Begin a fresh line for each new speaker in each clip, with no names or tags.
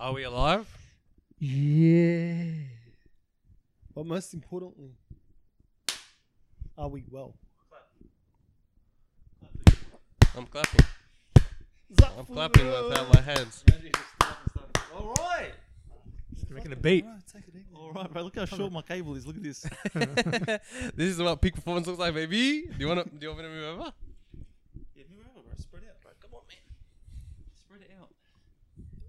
Are we alive?
Yeah.
But most importantly, are we well?
I'm clapping. I'm clapping without my hands.
All right.
Making a beat.
All right, bro. Look how short my cable is. Look at this.
this is what peak performance looks like, baby. Do you want to? Do you want me to move over?
Yeah, move over, bro. Spread out, bro. Come on, man. Spread it out.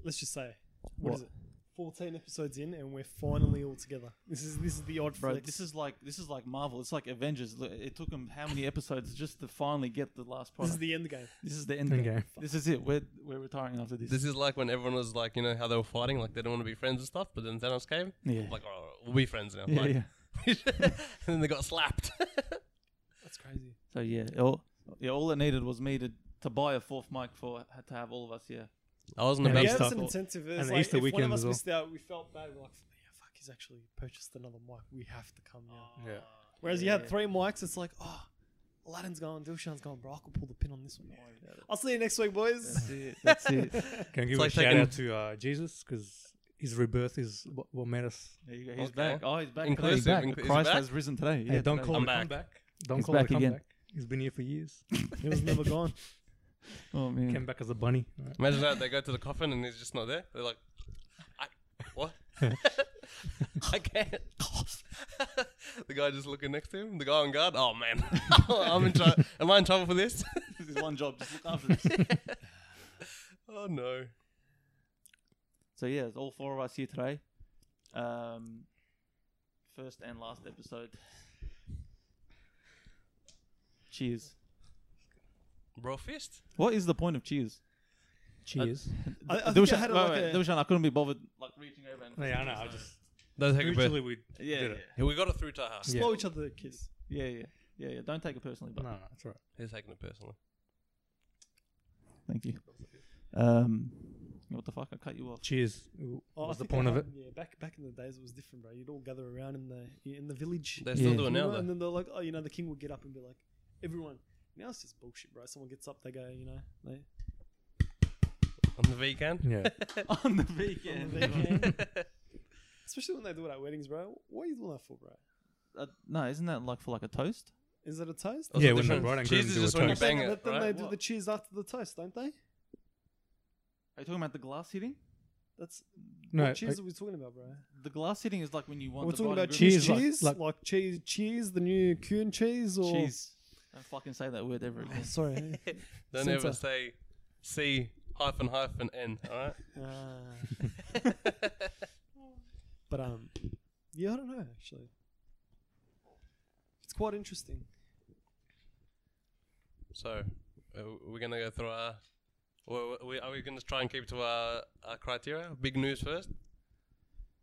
Let's just say,
What?
what is it? Fourteen episodes in, and we're finally all together. This is this is the odd
Bro,
flex.
this is like this is like Marvel. It's like Avengers. Look, It took them how many episodes just to finally get the last
this
product.
is the end game.
the end
Okay.
game. This is it. We're we're retiring after this.
This is like when everyone was like, you know, how they were fighting, like they didn't want to be friends and stuff, but then Thanos came.
yeah.
Like, oh, we'll be friends now.
yeah,
like,
yeah.
and then they got slapped.
That's crazy.
So yeah, all, yeah. All it needed was me to, to buy a fourth mic for to have all of us. Yeah.
I wasn't
Yeah,
about
Yeah,
to
Maybe
it was
it's
start.
an
tough.
intensive.
And
It's
the
like
Easter
if one
weekend
of us
as well.
missed out, we felt bad. We're like, yeah, fuck, he's actually purchased another mic. We have to come now.
Ah, Yeah.
Whereas you had three mics, it's like, oh, Aladdin's gone, Dilshan's gone, bro. I can pull the pin on this one. I'll see you next week, boys.
That's it. That's it.
Can I give
like
a shout
taking-
out to uh, Jesus because his rebirth is what, what made us.
There you go. He's
Okay.
back. Oh, he's back.
Inclusive.
He's back.
Inc- is he
Christ
back?
has risen today.
Hey, don't
today.
call
I'm
it a
back.
comeback. Don't
He's
call it
back
a
again.
comeback. He's been here for years.
He was never gone.
Oh man.
Came back as a bunny. Right.
Imagine that they go to the coffin and he's just not there. They're like, I, what? I can't. the guy just looking next to him. The guy on guard. Oh man, I'm in trouble. Am I in trouble for this?
this is one job. Just look after this.
oh no.
So yeah, it's all four of us here today. Um, first and last episode. Cheers.
Bro, fist.
What is the point of cheers?
Cheers.
I, I think
Dilshan,
I had
wait,
like
wait,
a-
Dilshan, I couldn't be bothered like reaching over. And
Uh, yeah, I know. I just
Does take a breath.
usually we
yeah, yeah,
did it.
Yeah, we got it through Taha.
slow each other a kiss.
yeah, yeah, yeah, yeah. Don't take it personally,
No,
but
no, it's all right.
He's taking it personally.
thank you. Um, what the fuck? I cut you off.
Cheers.
Oh, I
What's the
think
point
I
of it?
had- Yeah, back back in the days, it was different, bro. You'd all gather around in the in the village.
They're still
Yeah.
doing it now
You know, and
though.
then they're like, oh, you know, the king would get up and be like, everyone. Now it's just bullshit, bro. Someone gets up, they go, you know, they,
On the vegan.
Yeah.
On the
on
weekend.
the weekend. Especially when they do it at weddings, bro. What are you doing that for, bro?
uh, no, isn't that like for like a toast?
Is it a toast?
That's
Yeah,
the
when the
difference.
bride and groom
Cheese is
do a
just when you
But then,
bang it,
but then
right?
they do
What?
the cheers after the toast, don't they?
Are you talking about the glass hitting?
That's
No.
what cheers
like,
are we talking about, bro?
The glass hitting is like when you want.
We're
the
talking
bride
about
and groom-
cheese,
Cheese, like-
cheese, like,
like-
cheese, cheese, the new Kuhn cheese, or Oh,
Cheese. Don't fucking say that word ever again.
sorry,
Don't
Center.
ever say C hyphen hyphen N. All right.
Ah. but um, yeah, I don't know actually. It's quite interesting.
So, uh, we're gonna go through our. Well, we, are we gonna try and keep to our, our criteria? Big news first.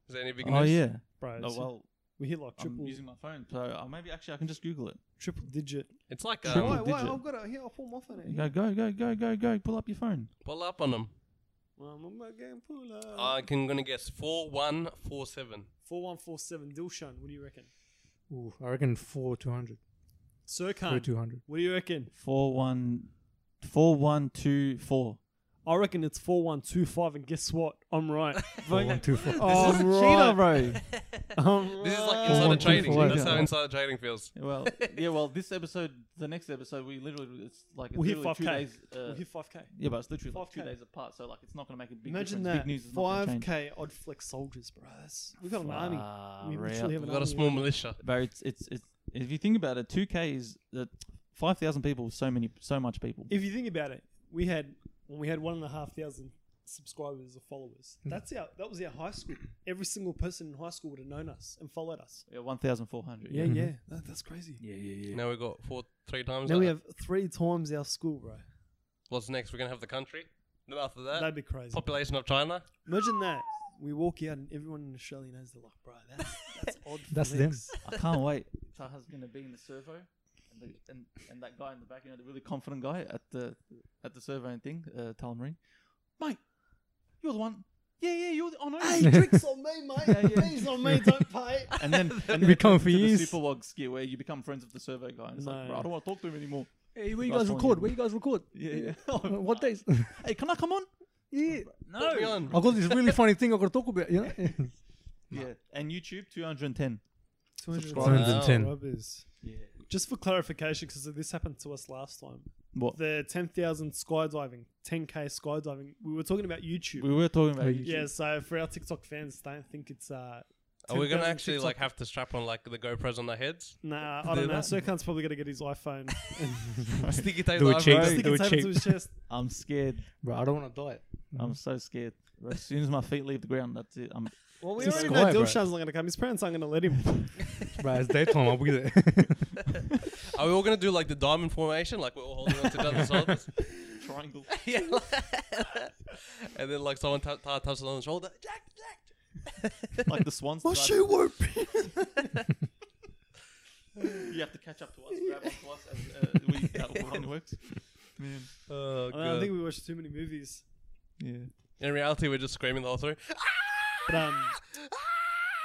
Is there any big news?
Oh yeah.
Bro,
Oh
so
well,
we hit like
I'm
triple,
using my phone, so uh, maybe actually I can just Google it.
triple digit.
It's like
Triple
um,
why, why?
digit.
I've got it here. I'll pull my phone
You
out.
go, go, go, go, go, go. Pull up your phone.
pull up on them.
Um, I'm a game
I can gonna guess four one Uh, four seven.
Four one four seven. Dilshan, what do you reckon?
ooh, I reckon four two hundred. Four
Sirkan,
two hundred.
what do you reckon?
Four one, four one two four.
I reckon it's four one two five, and guess what? I'm right.
Four one two four.
I'm right.
Cheater, bro.
I'm
This is
right.
like
Four,
insider
one, two,
trading.
four,
That's
yeah.
how insider trading feels.
well, yeah. Well, this episode, the next episode, we literally it's like it's
We'll hit
literally two
5K.
days. Uh,
We'll hit five k.
yeah, but it's literally like
5K.
two days apart, so like it's not gonna make a big
Imagine
difference.
that.
Big news is not gonna
Five
change.
k odd flex soldiers, bro. That's, we've got an army. We
Far
literally
out.
have an
We've got a
army.
small militia.
Bro, it's it's it's. If you think about it, two k is the five thousand people. is So many, so much people.
If you think about it, we had when we had one and a half thousand subscribers or followers. That's our that was our high school. Every single person in high school would have known us and followed us.
Yeah, one thousand four hundred.
Yeah, yeah, That- that's crazy.
yeah, yeah,
Now we got four three times.
Now
that.
we have three times our school, bro.
What's next? We're gonna have the country. Then after
Uh,
that,
That'd be crazy.
population of China.
Imagine that. We walk out and everyone in Australia knows they're like, bro, that's, that's odd.
That's them.
flex.
I can't wait. Taha's gonna be in the servo, and, the, and and that guy in the back, you know, the really confident guy at the at the servo and thing, uh, Talmarine. Mate, you're the one. Yeah, yeah, you're the. Oh no.
Hey, drinks on me, mate.
Yeah, yeah.
Please on me, don't pay.
And then and
We
then
come
to
for
the
years.
superwog skit where you become friends with the servo guy. And it's like,
No.
bro, I don't want to talk to him anymore.
Hey, where
you guys record? Where
you guys record?
Yeah, yeah.
Uh, What days?
hey, can I come on?
Yeah.
Put me on.
I got this really funny thing I got to talk about. You know?
Yeah, and YouTube 210.
210.
subscribers.
Yeah.
Just for clarification, because this happened to us last time.
What?
The 10,000 skydiving, 10K skydiving, we were talking about YouTube.
We were talking about
Oh,
YouTube.
Yeah, so for our TikTok fans, don't think it's. uh
Are we gonna
10,000
actually
TikTok-
like have to strap on like the GoPros on their heads?
Nah, I don't
Do
know.
that?
Serkan's probably going to get his iPhone.
Sticky tape
Do it
live,
cheap.
bro.
Right.
stick
do
his
it
hand to
cheap.
his chest.
I'm scared.
Bro, I don't want to die.
I'm so scared. As soon as my feet leave the ground, that's it. I'm
Well, we
It's
already
a
know
sky, bro.
Dilshan's not going to come. His parents aren't going to let
Oh
him.
Bro, it's daytime. I'll be there.
Are we all gonna do like the diamond formation, like we're all holding on to each other's shoulders?
triangle.
yeah. and then like someone ta- ta- taps us on the shoulder. Jack, Jack.
like the swans. My shoe won't You have to catch up to us, grab onto us as uh, we, that one works. Man.
Oh
I, don't think we watched too many movies.
Yeah.
In reality, we're just screaming the whole through.
But um,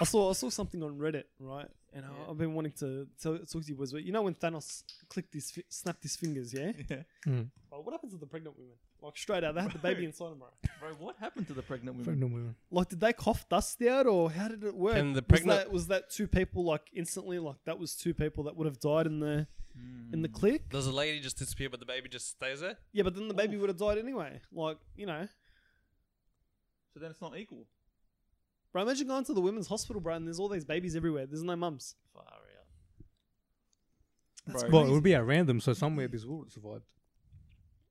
I saw I saw something on Reddit, right? And
Yeah.
I, I've been wanting to tell, talk to you boys. But you know when Thanos clicked his, fi- snapped his fingers, yeah?
Yeah.
Well, what happened to the pregnant women? Like straight out, they had the baby inside them, right?
Bro, what happened to the pregnant women?
Pregnant women.
Like, did they cough dust out, or how did it work?
Can the
was
pregnant-
that, was that two people like instantly? Like that was two people that would have died in the in the click.
Does the lady just disappear, but the baby just stays there?
Yeah, but then the baby would have died anyway. Like you know,
So then it's not equal.
bro. Imagine going to the women's hospital, bro, and there's all these babies everywhere. There's no mums.
Far out.
Bro.
Well, it would be at random, so some babies will survive.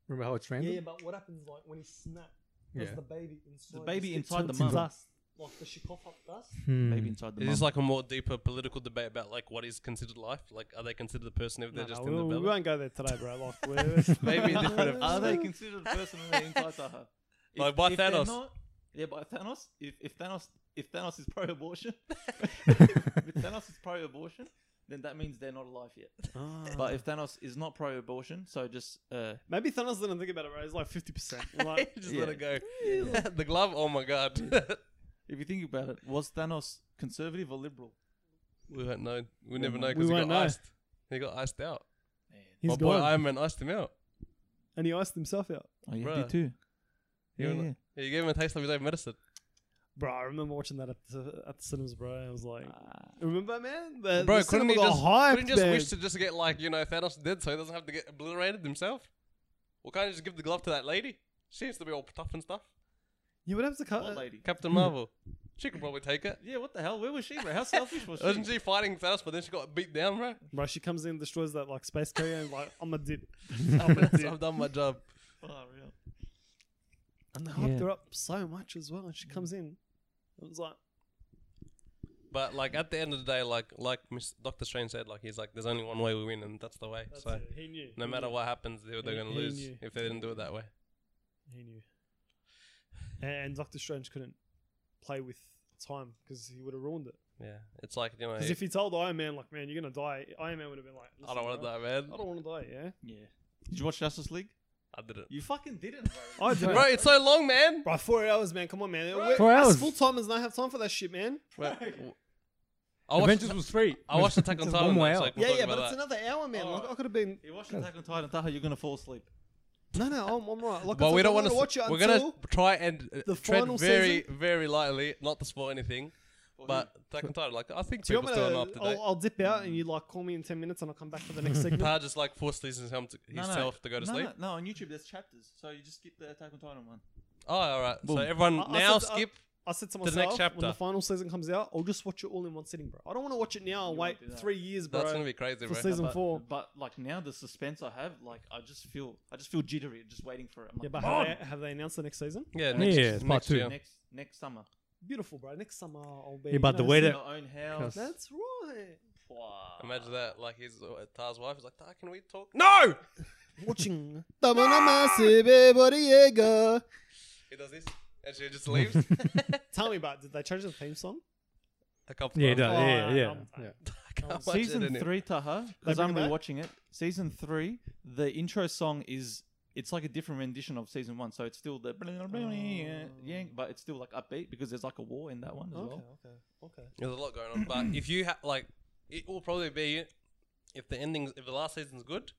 Remember how it's
Yeah,
random?
yeah, but what happens like when he snapped? Does
Yeah.
the baby inside?
The baby
just
inside
turn
the
to
mum.
Dust. Like does she cough up dust?
Hmm.
Maybe inside the
Mm. Is this
mum.
like a more deeper political debate about like what is considered life? Like, are they considered a person if they're
No,
just
no,
in the
we,
belly?
we won't go there today, bro. Like we're,
Maybe a different
Are
episode.
they considered a person when they're inside Taha? If-
Like by
if they're
Thanos.
not- yeah, by Thanos. If, if Thanos if Thanos is pro-abortion, if Thanos is pro-abortion, then that means they're not alive yet. But if Thanos is not pro-abortion, so just uh,
maybe Thanos didn't think about it, right? It's like fifty percent. Like
just
Yeah.
let it go. the glove. Oh my god.
if you think about it, was Thanos conservative or liberal?
we won't know. We never know
We
because he got
won't know.
iced. He got iced out.
he's
my Oh, boy
gone,
Iron Man iced him out.
and he iced himself out.
Oh, yeah,
Bruh.
did too.
You
Yeah,
wanna-
yeah.
Yeah, you gave him a taste of his own medicine.
Bro, I remember watching that at the, at the cinemas, bro. I was like,
Ah,
remember, man? The,
Bro,
the
couldn't
cinema
he
got
just
hyped,
couldn't he just
man.
wish to just get like you know Thanos did so he doesn't have to get obliterated himself? Or can't he just give the glove to that lady? She seems to be all tough and stuff.
You would have to cut.
what lady?
Captain
Hmm.
Marvel, she could probably take it.
Yeah, what the hell? Where was she? Bro? How selfish was she?
Wasn't she fighting Thanos, but then she got beat down, bro?
Bro, she comes in, destroys that like space carrier, and like I'm a dip.
I've I've done my job.
Far out.
And they hyped
Yeah.
her up so much as well. And she comes in, it was like,
But like at the end of the day, like like Miss Doctor Strange said, like he's like, there's only one way we win, and that's the way.
that's
so
it. he knew.
no
He
matter
knew.
what happens, they're, they're
He-
gonna
he
lose
knew.
if they didn't do it that way.
he knew. And Doctor Strange couldn't play with time because he would have ruined it.
Yeah, it's like you know,
Because if he told Iron Man, like, man, you're gonna die, Iron Man would have been like,
I don't want to
"Listen,
die, man.
bro, I don't want to die.
Yeah. Did you watch Justice League?
I did it,
You fucking didn't,
Yeah,
bro.
I did.
bro. It's so long, man.
Bro, four hours, man. Come on, man.
Four hours.
Full timers don't have time for that shit, man.
Wait,
Right.
w- I watched,
Avengers was free.
I watched Attack on
Just
Titan.
One
though,
way
so
out.
like, we'll
yeah,
talk
yeah,
about
but it's
that.
another hour, man. Like,
Alright.
I could have been.
You watch Attack on Titan, Taha, you're gonna fall asleep.
No, no, I'm, I'm right. Like,
But we don't
want
want
to watch it
to. We're
until
gonna try and uh,
the final
tread very,
season. Mm.
very lightly, not to spoil anything. But Attack on Titan, like I think
Do you want
people still are
me
up
to?
to date.
I'll, I'll dip out and you like call me in ten minutes and I'll come back for the next segment.
Tar just like forces himself to,
No, no.
himself to go to
no,
sleep.
No, no, on YouTube there's chapters, so you just skip the Attack on Titan one.
Oh, all right.
Boom.
So everyone
I- I
now
said- I-
skip.
I said to
the next
myself, when
chapter.
the final season comes out, I'll just watch it all in one sitting, bro. I don't want to watch it now and
You
wait
won't do that.
three years, bro.
That's gonna be crazy,
for
bro.
season
but,
four.
But like now, the suspense I have, like I just feel, I just feel jittery, just waiting for it. I'm like,
Yeah, but
"Come
have
on!"
they, have they announced the next season?
Yeah,
Yeah,
next,
it's part
next
two.
year.
next next summer,
Beautiful, bro. Next summer I'll be.
Yeah, but
you
the
know,
way
in
that-
our own house.
That's right.
Wow.
Imagine that. Like his uh, Tar's wife is like, Tar, can we talk? No.
Watching. Tell
He does this, and she just leaves.
me about. Did they change the theme song?
a couple.
Yeah, it
times.
does.
Oh,
yeah, yeah.
I'm-
yeah.
I can't watch it
Season
anymore.
three, Taha,
They
because I'm
bring it back?
rewatching it. Season three, the intro song is it's like a different rendition of season one, so it's still the
Oh.
yeah, but it's still like upbeat because there's like a war in that one as well.
okay, okay.
There's a lot going on, but if you ha- like, it will probably be if the endings, if the last season's good,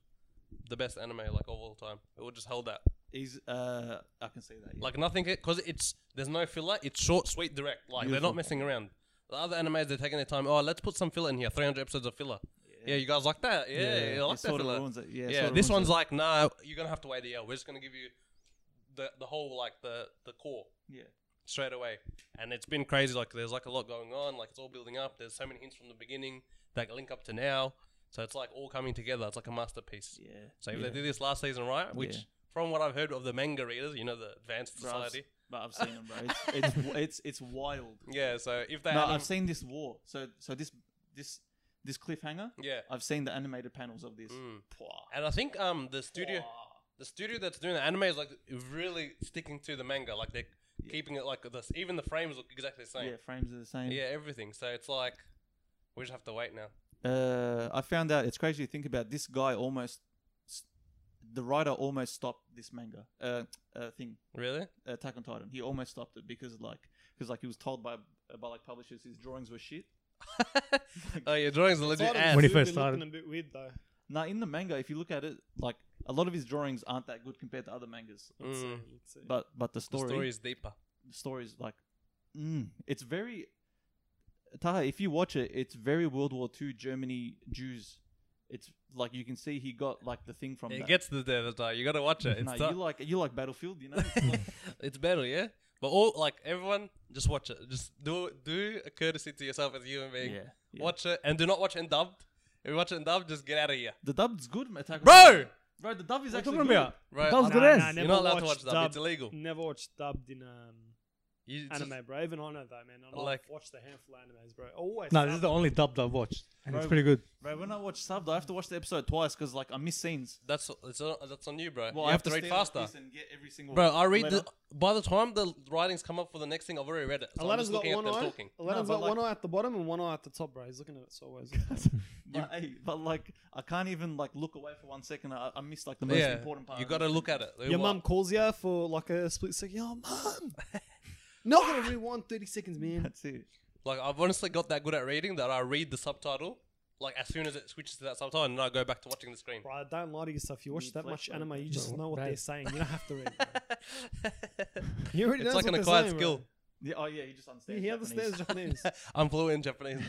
the best anime like of all time. It will just hold that.
He's uh, I can see that. yeah.
Like nothing, because it's there's no filler. It's short, sweet, direct. Like they're
Beautiful.
not messing around. The other animes they're taking their time. Oh, let's put some filler in here. 300 episodes of filler. Yeah, you guys like that? Yeah,
Yeah.
you
It
like that
sort of
filler.
ruins it. Yeah,
yeah,
sort of
this one's
ruins it.
like, nah, you're gonna have to wait a year. We're just gonna give you the the whole like the the core
yeah.
straight away. And it's been crazy. Like there's like a lot going on. Like it's all building up. There's so many hints from the beginning that link up to now. So it's like all coming together. It's like a masterpiece.
Yeah.
So if
yeah.
they did this last season right, which
Yeah.
from what I've heard of the manga readers, you know the advanced
Bro, I've s-
society.
But I've seen them, bro. It's it's it's, it's wild.
Yeah. So if they
No,
had 'em-
I've seen this war. So so this this this cliffhanger.
yeah.
I've seen the animated panels of this.
Mm. And I think um the studio the studio that's doing the anime is like really sticking to the manga. Like they're
Yeah.
keeping it like this. Even the frames look exactly the same.
Yeah, frames are the same.
Yeah, everything. So it's like we just have to wait now.
Uh, I found out it's crazy to think about. This guy almost, s- the writer almost stopped this manga uh, uh thing.
Really?
Attack on Titan. He almost stopped it because like because like he was told by by like publishers his drawings were shit.
oh, your drawings are legit
Titans
ass.
When he
do
first
be
started.
looking a bit weird though.
Now in the manga, if you look at it, like a lot of his drawings aren't that good compared to other mangas.
Let's
Mm.
see, let's see.
But but the
The
story,
story is deeper.
the story is like, mm, it's very. Taha, if you watch it, it's very World War Two Germany Jews. It's like you can see he got like the thing from
It
that.
gets to the other time. You gotta watch it. It's,
no,
tough.
you like you like Battlefield, you know. It's like-
it's better, yeah. But all like everyone, just watch it. Just do do a courtesy to yourself as a human being.
yeah, yeah.
Watch it and do not watch it dubbed. If you watch it dubbed, just get out of here,
the dub's good, man. Attack on
bro.
Titan. Bro, the dub is
What are you
actually
talking
good.
about?
Right?
That was
I'm-
good
Nah,
ass.
nah,
You're
never
not allowed to watch
watched
dubbed.
dubbed.
It's illegal.
Never watched dubbed in um,
You just-
anime, bro. Even I know that, man. I like,
Like-
watched a handful of animes, bro. Always.
No, this is
dubbed.
the only dubbed I've watched, and it's
Bro.
pretty good.
Bro, when I watch subbed, I have to watch the episode twice because like I miss scenes.
That's it's on, that's on you, bro.
Well,
you
I
have, to
stay
read
like
faster,
this and get every single
bro. I read the,
letter.
by the time the writings come up for the next thing, I've already read it. So I'm
Aladdin's
just
got
looking at
one
them
eye.
talking.
Aladdin's
No,
got
but
one
like-
eye at the bottom and one eye at the top, bro. He's looking at it sideways.
But, hey, but like I can't even like look away for one second. I, I miss like the most
Yeah,
important part.
you
of
gotta look at it.
Your
Well,
mum calls you for like a split second. Yo, mum. Not gonna rewind thirty seconds, man.
That's it.
Like I've honestly got that good at reading that I read the subtitle like as soon as it switches to that subtitle, and then I go back to watching the screen.
Bro, don't lie to yourself. You watch
Need
that much
flashlight,
anime, you
bro.
just know what
Bro.
they're saying. You don't have to read. bro. You already
it's
knows
like
what
an
they're
acquired
saying, bro.
skill.
Yeah, oh yeah, he just
He,
understands.
he
Japanese.
understands Japanese.
I'm fluent in Japanese,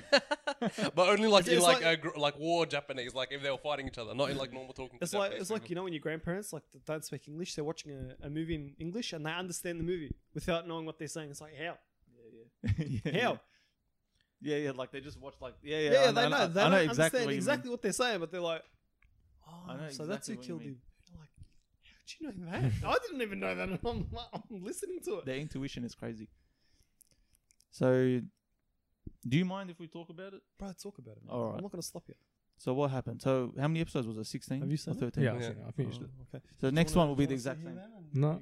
but only
It's-
like in
it's like-
like like, gr like war Japanese, like if they were fighting each other, not in like normal talking. to
It's like
Japanese
it's like
people.
you know when your grandparents like that don't speak English, they're watching a, a movie in English and they understand the movie without knowing what they're saying. It's like how
Yeah, yeah. yeah.
how
Yeah, yeah, like they just watch like yeah, yeah.
yeah,
I
they
I
know they
I
don't
know
understand
what you mean.
exactly what they're saying, but they're like, oh,
I know
so that's
exactly
who
what you
killed
mean.
him. You're Like, how'd you know that? I didn't even know that. And I'm like, I'm listening to it.
Their intuition is crazy. So, do you mind if we talk about it?
Bro, talk about it. Man.
All right.
I'm not gonna stop you.
So what happened? So how many episodes was it? Sixteen?
Have you seen
or
it?
thirteen?
Yeah,
Yeah.
yeah. I finished it.
okay.
So the next one will be the exact same.
No.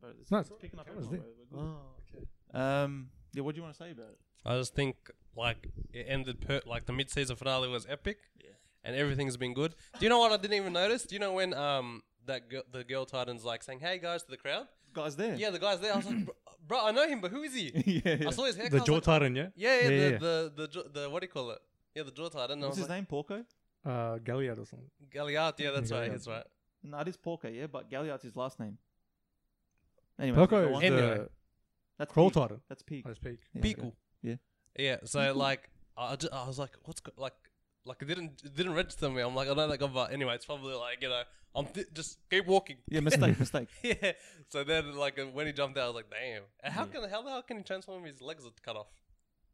Bro, it's-
No,
it's
it's-
picking up
camera's
everywhere. We're good.
Oh, okay.
Um, yeah. What do you want to say about it?
I just think like it ended per like the mid season finale was epic.
Yeah.
And everything's been good. Do you know what I didn't even notice? Do you know when um that girl, the girl Titan's like saying, "Hey guys" to the crowd?
Guys, there.
Yeah, the guy's there. I was like, "Bro, bro I know him, but who is he?"
yeah.
I saw his haircut.
The
I was
Jaw
like,
Titan, yeah.
Yeah, yeah,
Yeah,
the,
yeah.
The, the jaw- the what do you call it? Yeah, the jaw titan.
What's his
like,
name? Porco?
Uh, Galliard or something.
Galliard. Yeah, that's right.
Galliard.
That's right.
No, it is Porco, yeah, but Galliard's his last name. Anyway, go
Perko
on.
is
Anyway.
the
that's
Crow
Peak.
Titan.
That's Peak.
I speak.
Yeah,
Piku.
okay. Yeah.
Yeah. So like, I, ju- I was like, what's go- like. Like it didn't it didn't register me. I'm like I know that guy, but anyway, it's probably like you know I'm th- just keep walking.
Yeah, mistake, mistake.
yeah. So then like uh, when he jumped out, I was like, damn. And How
Yeah.
can how the hell can he transform? if His legs are cut off.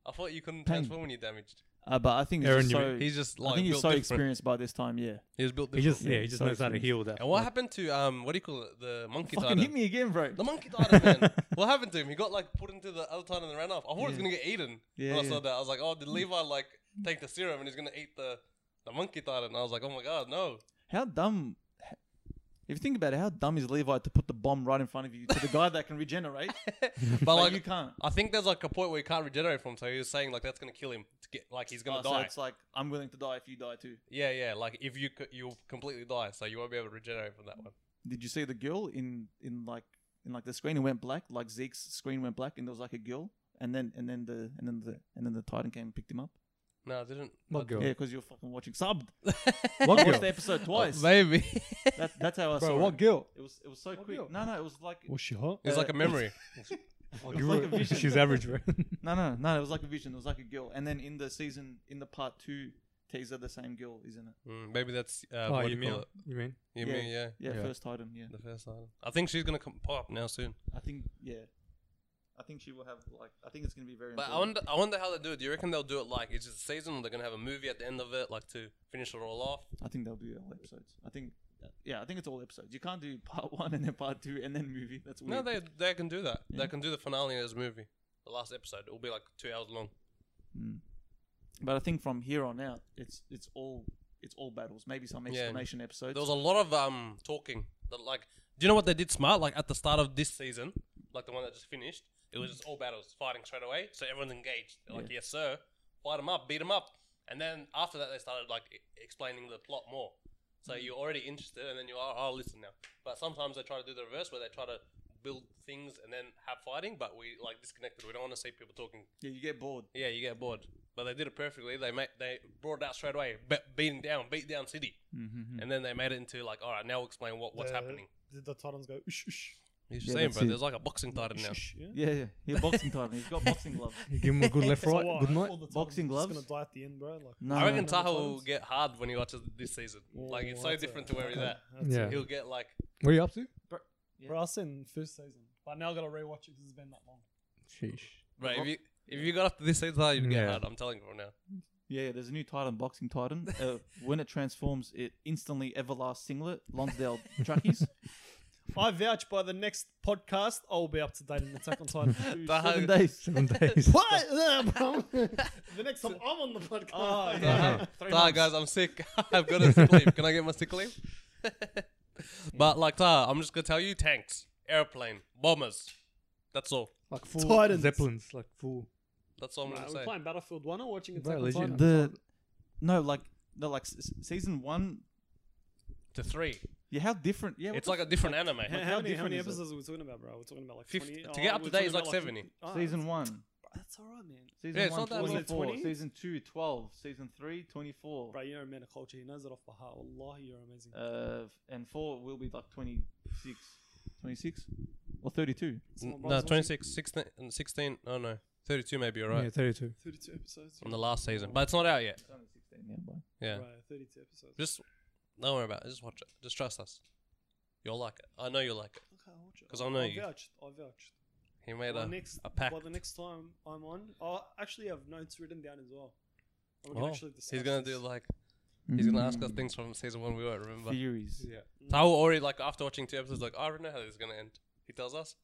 I thought you couldn't
Pain.
transform when you're damaged.
Uh, but I think he's
Aaron,
just
you
so,
He's just
I
like
think
built
he's so
different.
experienced by this time, yeah.
He's built
He
different.
just
Yeah,
yeah, he just
so
knows how to
extreme.
heal that.
and what happened to um what do you call it the monkey
Fucking
titan?
hit me again, bro.
The monkey died, man. what happened to him? He got like put into the other titan and ran off. I thought he was
Yeah.
gonna get eaten.
Yeah,
when I
yeah.
saw that, I was like, oh, did Levi like take the serum and he's gonna eat the the monkey titan? I was like, oh my god, no.
How dumb. If you think about it, how dumb is Levi to put the bomb right in front of you to the guy that can regenerate?
But
like, you
like,
can't.
I think there's like a point where he can't regenerate from. So he was saying like that's gonna kill him. To get like he's gonna
Oh, so
die.
it's like, I'm willing to die if you die too.
yeah, yeah. Like if you c- you'll completely die, so you won't be able to regenerate from that one.
Did you see the girl in, in like. in like the screen it went black, like Zeke's screen went black, and there was like a girl, and then and then the and then the and then the Titan came and picked him up.
No, I didn't.
What girl?
Yeah, because you're fucking watching subbed.
What
I watched the
girl?
episode twice.
Maybe.
that, that's how I saw
Bro, what
it.
girl?
It was it was so
What
quick.
girl?
No, no, it was like
Was she hot?
It's like
Uh,
a memory.
Oh,
was
you
like
were-
a vision.
she's average, bro.
no, no, no. It was like a vision. It was like a girl. And then in the season, in the part two teaser, the same girl, isn't it?
Mm, maybe that's uh,
oh,
what do
you
you
mean?
call it?
You mean?
You
Yeah.
mean yeah?
Yeah,
Yeah.
first item. Yeah,
The first item. I think she's gonna come pop now soon.
I think. Yeah, I think she will have like. I think it's gonna be very.
But I
important.
wonder, I wonder how they do it. Do you reckon they'll do it like it's just a season, or they're gonna have a movie at the end of it, like to finish it all off?
I think they'll do all episodes. I think. Yeah, I think it's all episodes. You can't do part one and then part two and then movie. That's
No,
weird.
they they can do that.
Yeah.
They can do the finale as a movie. The last episode. It'll be like two hours long.
Mm. But I think from here on out, it's it's all it's all battles. Maybe some
Yeah.
explanation episodes.
There was a lot of um talking. That, like, do you know what they did smart? Like at the start of this season, like the one that just finished, it was just all battles, fighting straight away. So everyone's engaged. They're like,
Yeah.
yes, sir, fight them up, beat them up. And then after that, they started like e- explaining the plot more. So you're already interested, and then you are, oh, listen now. But sometimes they try to do the reverse, where they try to build things and then have fighting, but we like disconnected. We don't want to see people talking
yeah, you get bored.
yeah, you get bored. But they did it perfectly. They made they brought it out straight away, be- beating down, beat down City,
Mm-hmm.
and then they made it into like, all right, now we'll explain what, what's
The-
happening.
The, the Titans go, "Ush, ush,
He's
Yeah,
saying,
that's
bro,
it.
there's like a boxing title
ush,
now.
ush," yeah.
Yeah, yeah. Yeah, boxing time. He's got boxing gloves.
You give him a good left,
So
right,
what?
good night.
All the Titans
Boxing
are just gonna
gloves?
die at the end, bro. Like,
No,
I reckon
no,
Taha
Taha
Titans?
will get hard when he watches this season. like it's so
that's a-
different to where he's at.
that's a-
Yeah.
He'll get like,
What are you up to?
Yeah.
Bro, I was in first season, but now I gotta rewatch it because it's been that long.
Sheesh.
bro, if you if you got up to this season, Taha, you'd get
Yeah.
hard. I'm telling you from now.
Yeah, yeah, there's a new Titan, Boxing Titan. Uh, when it transforms, it instantly Everlast Singlet, Lonsdale Truckies.
I vouch by the next podcast, I'll be up to date in Attack on Titan. two
Seven
Taha,
days.
Seven days.
What? Yeah, bro. the next time I'm on the podcast.
Oh, yeah.
uh-huh.
Taha,
Three
Taha,
months.
guys, I'm sick. I've got a sick leave. Can I get my sick leave? but like Taha, I'm just gonna tell you, tanks, airplane, bombers. That's all.
Like full
Titans.
zeppelins, like full.
That's all I'm
Nah,
gonna
we're
say.
playing Battlefield 1 or watching
Bro,
Attack on
legit.
Titan.
The no, like no, like s- s- season one.
to three.
Yeah, how different? Yeah, what
It's
the
like a
f-
different anime.
How, how,
how
many, how
different
many
is it?
episodes are we talking about, bro? We're talking about like
50
20.
to get up
we're
to date is
talking
like
about
70.
50. Oh,
season
that's-
one.
That's alright, man.
Season
Yeah, it's
one,
not that
long.
24.
Was it 20?
Season two, 12. Season three, 24.
Bro, you're a man of culture. He knows it off by heart. Allah, you're amazing.
Uh, and four will be like 26. 26? Or 32.
So my
N-
brother's
No,
watching
26, 16, and 16, oh no, 32 maybe, alright?
Yeah, 32.
32 episodes.
From the last season. But it's not out yet.
It's only 16, yeah, but.
Yeah.
Bro, 32 episodes.
Just, don't worry about it. Just watch it. Just trust us. You'll like it. I know you'll like it.
okay, I'll watch it.
'Cause I know
I
you.
vouched. I vouched.
He made
By
a,
the next,
a pact.
by the next time I'm on, I actually have notes written down as well. And we can
Oh,
actually
he's
discuss
going to
this.
do like,
Mm-hmm.
he's going to ask us things from season one we won't remember.
Mm.
Theories.
Yeah.
Tao already, like, after watching two episodes, like, "Oh, I already know how this is going to end. He tells us.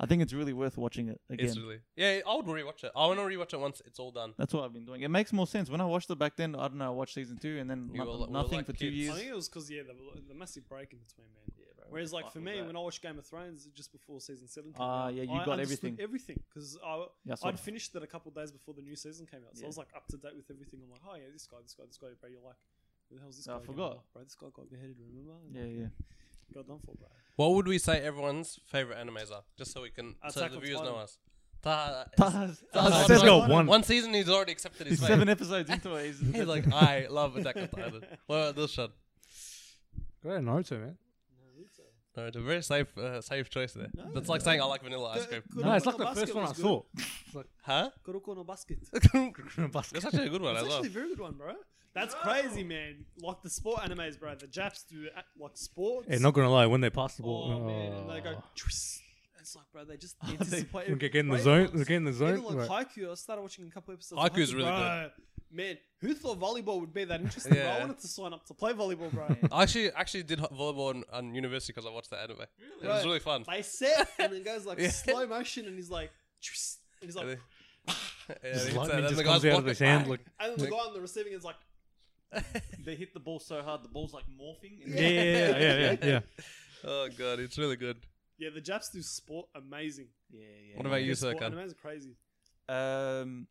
I think it's really worth watching it again.
It's really. Yeah, I would rewatch it. I want to rewatch it once it's all done.
That's what I've been doing. It makes more sense. When I watched it back then, I don't know, I watched season two and then
You
no-
were li- were
nothing
like
for two
kids.
I
years.
think it was because yeah, the, the massive break in between, man. Whereas like for me, when I watched Game of Thrones just before season seven, came
Ah,
out,
yeah, you
I
got
understood
everything.
everything because I
Yeah, I saw
I'd
that.
finished it a couple of days before the new season came out, so
Yeah.
I was like up to date with everything. I'm like, oh yeah, this guy, this guy, this guy, bro. You're like, who the hell's this
No,
guy?
I
again?"
forgot.
I'm like, bro. This guy got beheaded. Remember? And
Yeah, yeah.
Got done for, bro.
What would we say everyone's favorite animes are? Just so we can, so
Uh, Attack
the
on
viewers know
Titan.
us. Taha,
Taz,
Taz
Taz-
says
Taz-
go
one.
One season, he's already accepted his fate.
Seven episodes into it. he's-
He's like, I love Attack on Titan. What about this shot?
Go to Naruto, man.
No, it's a very safe, uh, safe choice there. That's like saying I like vanilla ice cream.
No, it's like the first one I saw.
Huh?
Kuroko no Basket.
That's actually a good one
It's
as well.
actually a very good one, bro. That's crazy, man. Like the sport animes, bro. The Japs do uh, like sports.
Hey, Eh, not gonna lie, when they pass the
oh,
ball,
man, and they go.
oh.
Twist. It's like, bro, they just anticipate.
When they get in the
Right?
zone, they get in the zone.
Even like
right.
Haiku, I started watching a couple episodes. of
Haiku's really
bro. Man, who thought volleyball would be that interesting? bro? I
Yeah.
wanted to sign up to play volleyball, bro.
I actually actually did ho- volleyball on, on university because I watched the anime. It was
Right.
really fun.
they set and it goes like
Yeah.
slow motion, and he's like, twist, and he's
And
like,
then- yeah,
Just
he hits
lightning
that, and
just
the
comes
guy's
out of his hand, like-
and then the guy on the receiving is like,
they hit the ball so hard, the ball's like morphing.
Yeah, yeah, yeah, yeah, yeah, yeah.
Oh god, it's really good.
yeah, the Japs do sport amazing.
yeah, yeah.
What about you,
Their sport
Serkan?
Animes are crazy.
Um,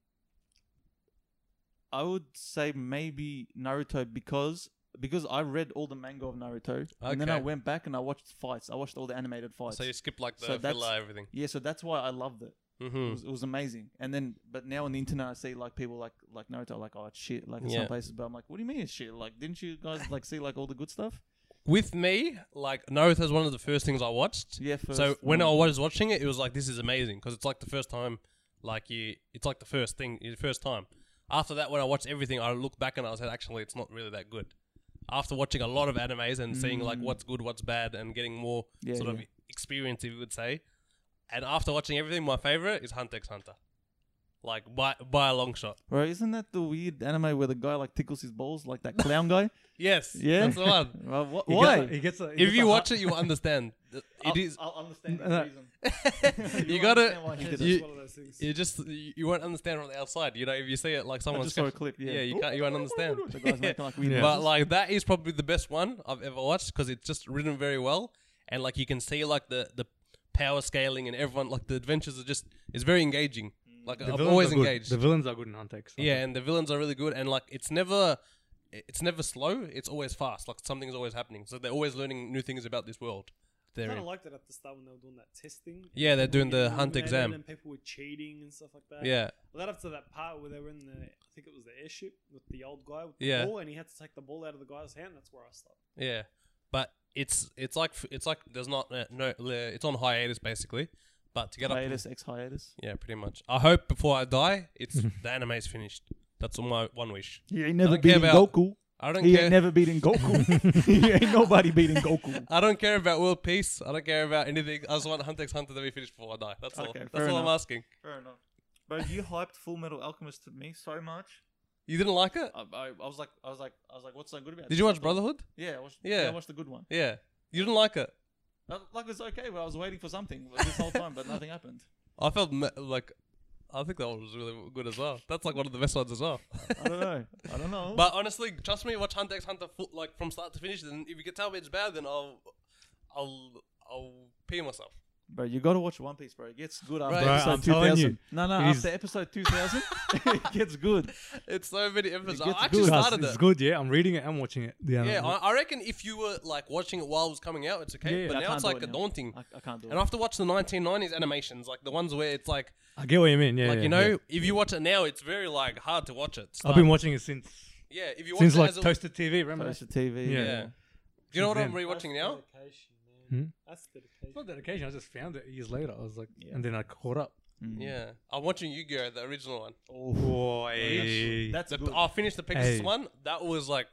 I would say maybe Naruto because because I read all the manga of Naruto and then I
Okay.
went back and I watched fights. I watched all the animated fights.
So you skip like
So
the
that's-
vanilla everything.
yeah, so that's why I loved it It
Mm-hmm.
was, it was amazing. And then, but now on the internet, I see like people like like Naruto, like oh it's shit, like in
Yeah.
some places. But I'm like, what do you mean it's shit? Like, didn't you guys like see like all the good stuff?
With me, like Naruto is one of the first things I watched.
Yeah. First,
so when I
um,
was watching it, it was like this is amazing because it's like the first time, like you, it's like the first thing, the first time. After that, when I watched everything, I looked back and I said, actually, it's not really that good. After watching a lot of animes and seeing like
Mm.
what's good, what's bad, and getting more
Yeah,
sort of
yeah.
experience, if you would say. And after watching everything, my favorite is Hunter x Hunter, like by by a long shot.
Bro, isn't that the weird anime where the guy like tickles his balls, like that clown guy?
Yes,
Yeah.
that's the one.
Well, wh-
He
why?
Gets a, he gets a, he
if
gets
you
a
watch it, you will understand. It is
I'll understand
No.
reason.
You gotta-
understand why he
Yeah,
did
that's
it.
You-
one of those things.
you just you, you won't understand from the outside. You know, if you see it like
I
someone's
just saw a
sketch-
clip. Yeah.
yeah. you can't you won't understand.
The guy's making like weird
Yeah.
But
noises.
like that is probably the best one I've ever watched because it's just written very well, and like you can see like the the power scaling and everyone like the adventures are just it's very engaging. Like
The
I'm
villains
always
are good.
engaged.
The villains are good in Hunter x Hunter.
yeah, and the villains are really good, and like it's never it's never slow. It's always fast. Like something's always happening, so they're always learning new things about this world. They're
kind of
in.
liked it at the start when they were doing that testing.
Yeah, they're doing the hunt exam.
And people were cheating and stuff like that.
yeah,
Led up to that part where they were in the, I think it was the airship with the old guy with the
Yeah.
ball, and he had to take the ball out of the guy's hand. That's where I stopped.
Yeah, but it's it's like it's like there's not uh, no uh, it's on hiatus basically. But to get
hiatus, ex hiatus.
up, yeah, pretty much. I hope before I die, it's the anime's finished. That's my one wish.
He ain't
never care beating about-
Goku.
I don't
He
care.
ain't never beating Goku. he ain't nobody beating Goku.
I don't care about world peace. I don't care about anything. I just want Hunter x Hunter to be finished before I die. That's all.
Okay,
That's all
fair
I'm
enough.
asking.
Fair enough. Bro, you hyped Full Metal Alchemist to me so much.
You didn't like it?
I, I, I was like, I was like, I was like, what's so good about?
Did
this?
you
I
watch
thought-
Brotherhood?
Yeah, I watched.
Yeah.
Yeah, I watched the good one.
Yeah. You didn't like it.
Uh, Like it's okay, but I was waiting for something like, this whole time, but nothing happened.
I felt me- like I think that one was really good as well. That's like one of the best ones as well.
I don't know. I don't know.
But honestly, trust me, watch Hunter x Hunter full, like from start to finish. Then if you can tell me it's bad, then I'll, I'll, I'll pee myself.
bro, you gotta watch One Piece, bro. It gets good after
Right. Bro,
episode
I'm
two
telling you,
thousand. No, no,
it is-
after episode two thousand, it gets good.
It's so many episodes.
gets
I actually
good.
Trust,
started
it's
it.
good, yeah. I'm reading it. I'm watching it. Yeah,
Yeah,
no,
I, I reckon if you were like watching it while it was coming out, it's okay.
Yeah, yeah.
but
I
now
can't
it's
do
like
it
a
now.
daunting.
I, I can't do it.
And I have to watch the 1990s animations, like the ones where it's like,
I get what you mean. Yeah,
like
yeah,
you know,
yeah.
if you watch it now, it's very like hard to watch it. It's
I've
like-
been watching it since
yeah. If you watch
since
it
like
as a,
Toasted TV. Remember?
Flash the TV.
Yeah.
yeah. Do you know what I'm
Since
rewatching
That's
now?
Dedication, man.
Hmm?
That's
It's
dedication.
not dedication. I just found it years later. I was like,
Yeah.
and then I caught up.
Mm.
Yeah, I'm watching Yu-Gi-Oh, the original one.
Boy,
That's
The,
good.
I finished the Pegasus
Hey.
one. That was like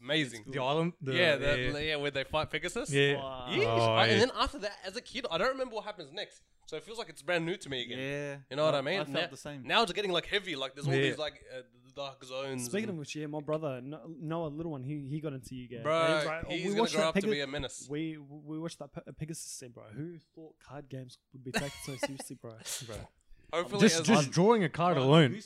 amazing.
the island. The,
yeah, the, yeah, where they fight Pegasus.
yeah.
Wow.
Yeesh.
Oh,
I- and
yeah.
then after that, as a kid, I don't remember what happens next. So it feels like it's brand new to me again.
Yeah.
You know what I
I
mean?
felt
now,
the same.
now it's getting like heavy. Like there's all
Yeah.
these like uh, the dark zones.
Speaking of
and-
which, yeah, my brother No- Noah, little one, he he got into you guys.
bro, he's gonna grow up to be a menace.
We we watched that Pe- Pegasus scene, bro. Who thought card games would be taken so seriously, bro?
bro.
Hopefully,
Just,
as
just drawing a card alone.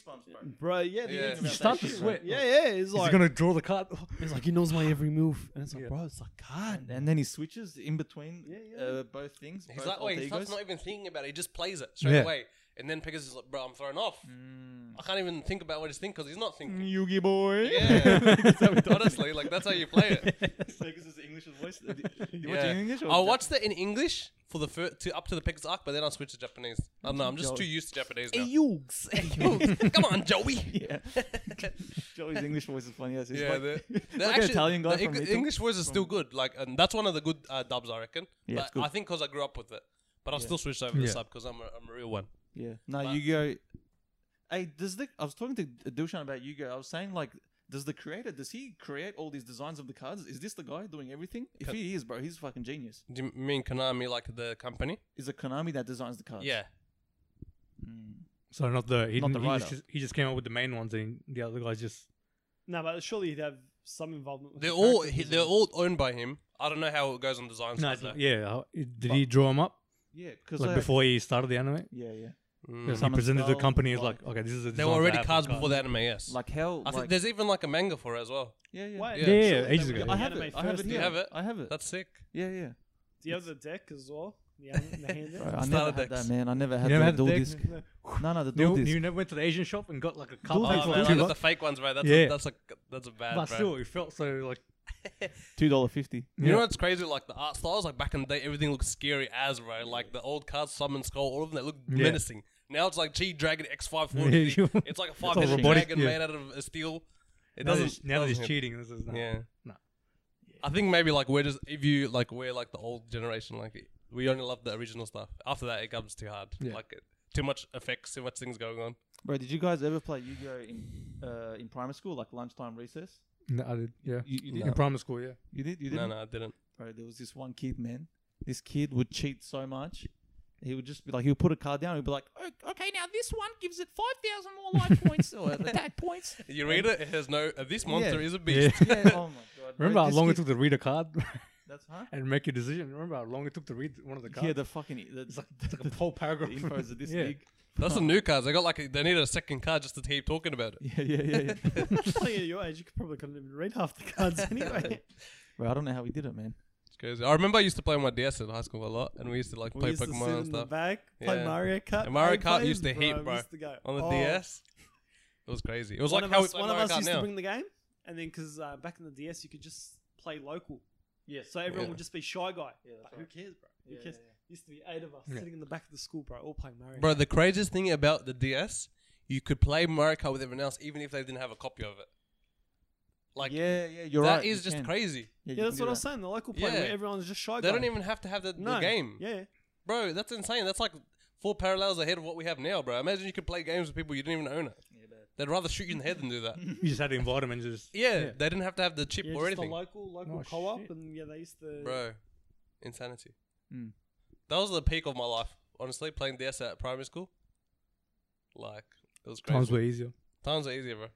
Bro, yeah, the
Yeah.
internet-
You
start to sweat.
Yeah, yeah, it's
He's
like
gonna draw the card.
it's like he knows my every move, and it's like,
Yeah.
bro, it's like card.
And then he switches in between
Yeah, yeah.
Uh, both things.
he's
both
like, oh,
alter
he starts
egos.
not even thinking about it. He just plays it straight
Yeah.
away. And then Pegasus is like, bro, I'm thrown off.
Mm.
I can't even think about what he's thinking because he's not thinking.
Mm.
Yugi boy.
Yeah, honestly, like that's how you play it.
Pegasus English voice. Do you watch
Yeah.
it in English?
I watched it in English for the fir- to up to the Pegasus arc, but then I switched to Japanese. I don't know. I'm just
Joey.
too used to Japanese now.
Ayugs.
Come on, Joey.
yeah. Joey's English voice is funny as his
Yeah,
like,
the,
it's
the
like
actually,
an Italian guy
the
from
Eng-
Italy.
English voice is still good. Like, and that's one of the good uh, dubs, I reckon.
Yeah, it's
but
good.
I think because I grew up with it, but I
Yeah.
still switched over
Yeah.
to sub because I'm a, I'm a real one.
Yeah. No,
But-
Yu-Gi-Oh. Hey, does the I was talking to Dushan about Yu-Gi-Oh. I was saying like, does the creator does he create all these designs of the cards? Is this the guy doing everything? If
Cut.
he is, bro, he's fucking genius.
Do you mean Konami like the company?
Is it Konami that designs the cards?
Yeah,
Mm.
So not the he,
Not
didn't-
the
he
writer.
just, he just came up with the main ones, and the other guys just
No, but surely he'd have some involvement. With
they're
the
all
character
he, they're
design.
all owned by him. I don't know how it goes on design.
no,
side,
it's
though.
not- yeah. how- Did
But-
he draw them up
Yeah, because
like before he started the anime?
Yeah, yeah.
Mm.
Because he
Summon
presented the
spell,
company as
like-
like, okay, this is the
There were
designs I
already
have for
cards before the anime. Yes,
Like hell.
I think
like,
there's even like a manga for it as well.
yeah, yeah.
Why-
Yeah.
Yeah,
surely
yeah,
they
ages
would
ago.
get
I
the
have
anime
it. I have
first,
it.
Do you
here.
yeah.
have it?
I have it.
That's sick.
yeah, yeah.
Do you have the deck as well? The, an- the hand
Bro,
deck?
I never
Starter
had
decks.
that, man. I never had
never
the
had the
dual
deck?
disc. No, no, the dual
You,
disc.
you never went to the Asian shop and got like a card
Dual
Oh,
Like,
pack
disc
man, I
for two
got the
bucks?
fake ones, right? That's
Yeah.
a, that's a that's a bad.
But
bro.
still, it felt so like
Two dollar fifty.
You know
Yeah.
what's crazy? Like the art styles, like back in the day, everything looked scary as bro. Like the old cards, summon skull, all of them, they looked
Yeah.
menacing. Now it's like G Dragon X five forty.
Yeah, you-
It's like a
all
five inch
robotic,
dragon
yeah.
made out of uh, steel. It
now
doesn't.
there's, now there's
doesn't-
cheating. This is, no.
Yeah.
No.
I think maybe like we're just if you like we're like the old generation like we only love the original stuff. After that, it comes too hard.
Yeah.
Like it- too much effects, too much things going on.
Bro, did you guys ever play Yu-Gi-Oh in uh, in primary school, like lunchtime recess?
No, I did. Yeah.
You, you did.
In primary school, yeah.
You did. You did.
No, no, I didn't.
Bro, there was this one kid, man. This kid would cheat so much. He would just be like, he would put a card down. He'd be like, "Oh, okay, now this one gives it five thousand more life points or attack points.
You read it, it has no. Uh, this monster
Yeah.
is a beast.
Yeah, oh my god. bro,
Remember how
this
long it
kid-
took to read a card
That's huh.
and make your decision? Remember how long it took to read one of the cards?
Yeah, the fucking e, the,
it's like, it's like a whole
the
paragraph.
infos are this
Yeah.
big.
That's the new cards. They got like a, they need a second card just to keep talking about it.
Yeah, yeah, yeah. yeah.
oh, yeah, your age, you could probably couldn't even read half the cards anyway.
bro, I don't know how he did it, man.
It's crazy. I remember I used to play on my DS at high school a lot, and we used to like
we
play
used to sit
Pokemon and
in the
stuff
back, play
Yeah.
Mario Kart.
And Mario
I
Kart
played,
used to hit,
we
bro.
used to go,
on the
oh,
DS. It was crazy. It was
one
like
of
how
us,
we play
one of
Mario
us
Kart
used to
now.
bring the game, and then because uh, back in the DS, you could just play local.
Yeah.
So everyone
Yeah.
would just be shy guy.
Yeah, that's
but
right.
who cares, bro? Who
Yeah,
cares?
yeah,
Used to be eight of us
Yeah.
sitting in the back of the school, bro, all playing Mario.
Bro,
Kart.
the craziest thing about the DS, you could play Mario Kart with everyone else, even if they didn't have a copy of it. Like that
yeah, yeah,
is
you're right. you
just
can.
crazy.
you
yeah, that's
can
what
do
I was
that.
saying. The local play
Yeah.
where everyone's just shy.
They
guy.
don't even have to have the, the
no
game,
Yeah,
bro. That's insane. That's like four parallels ahead of what we have now, bro. Imagine you could play games with people you didn't even own it. They'd rather shoot you in the head than do that.
You just had to invite him and just.
yeah, they didn't have to have the chip
yeah,
or
just a
anything,
local local
Oh,
co-op,
shit.
and yeah, they used to.
bro. Insanity.
Mm.
That was the peak of my life, honestly. Playing DS at primary school, like it was crazy.
Times were easier.
Times are easier, bro.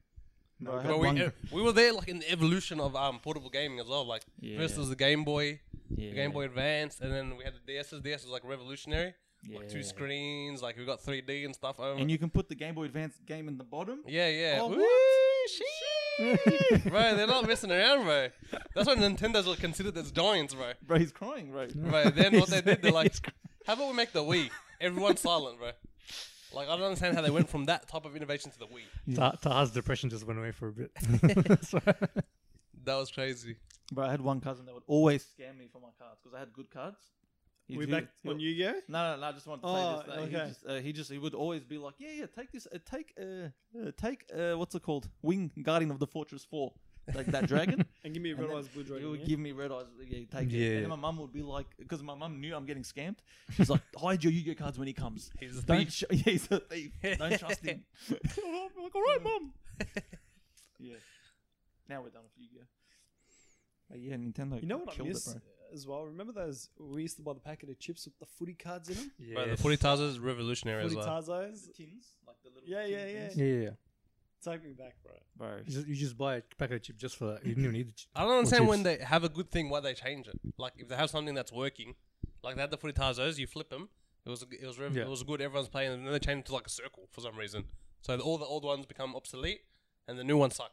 Bro, I had
Bro, we,
one-
uh, we were there like in the evolution of um, portable gaming as well. Like
Yeah.
first was the Game Boy,
yeah,
the Game Boy Advance, and then we had the DS. The DS was like revolutionary, like two
yeah.
screens, like we got 3D and stuff. Over.
And you can put the Game Boy Advance game in the bottom.
yeah, yeah.
Oh,
Ooh, shit. bro, they're not messing around, bro. That's why Nintendo's were considered as giants, bro.
Bro, he's crying, bro.
Bro, then what they did, they're like, how about we make the Wii? Everyone's silent, bro. Like I don't understand how they went from that type of innovation to the Wii.
Ta- Taha's depression just went away for a bit.
That was crazy.
Bro, I had one cousin that would always scam me for my cards because I had good cards. He'd-
we
he
back
would-
on Yu-Gi-Oh.
No, no, no. I just wanted to
Oh,
say this. No,
okay.
he, just, uh, he just he would always be like, yeah, yeah, take this, uh, take, uh, uh, take, uh, what's it called? Wing Guardian of the Fortress Four, like that dragon.
And give me a
And
red
then
eyes blue
he
dragon.
would
yeah?
give me red eyes. Yeah, take it.
Yeah.
And then my mum would be like, because my mum knew I'm getting scammed. She's like, hide your Yu-Gi-Oh cards when he comes.
He's a
Don't,
thief.
sh- yeah, he's a thief. Don't trust him. I'm like, all right, mum. yeah. Now we're done with Yu-Gi-Oh. But yeah, Nintendo.
You know what I
killed
miss
It, bro.
as well? Remember those we used to buy the packet of chips with the footy cards in them,
Bro, the footy tazos is revolutionary
footy
as well.
tarzos.
Tins, like the little.
Yeah,
tin
yeah,
things.
yeah.
Yeah, yeah, yeah.
Take me back, bro.
Bro,
You just, you just buy a packet of chips just for that. You didn't even need the chip.
I don't understand when they have a good thing, why they change it. Like if they have something that's working, like they had the footy tazos, you flip them. It was it was rev-
Yeah.
it was good. Everyone's playing, and then they changed it to like a circle for some reason. So the, all the old ones become obsolete, and the new ones suck.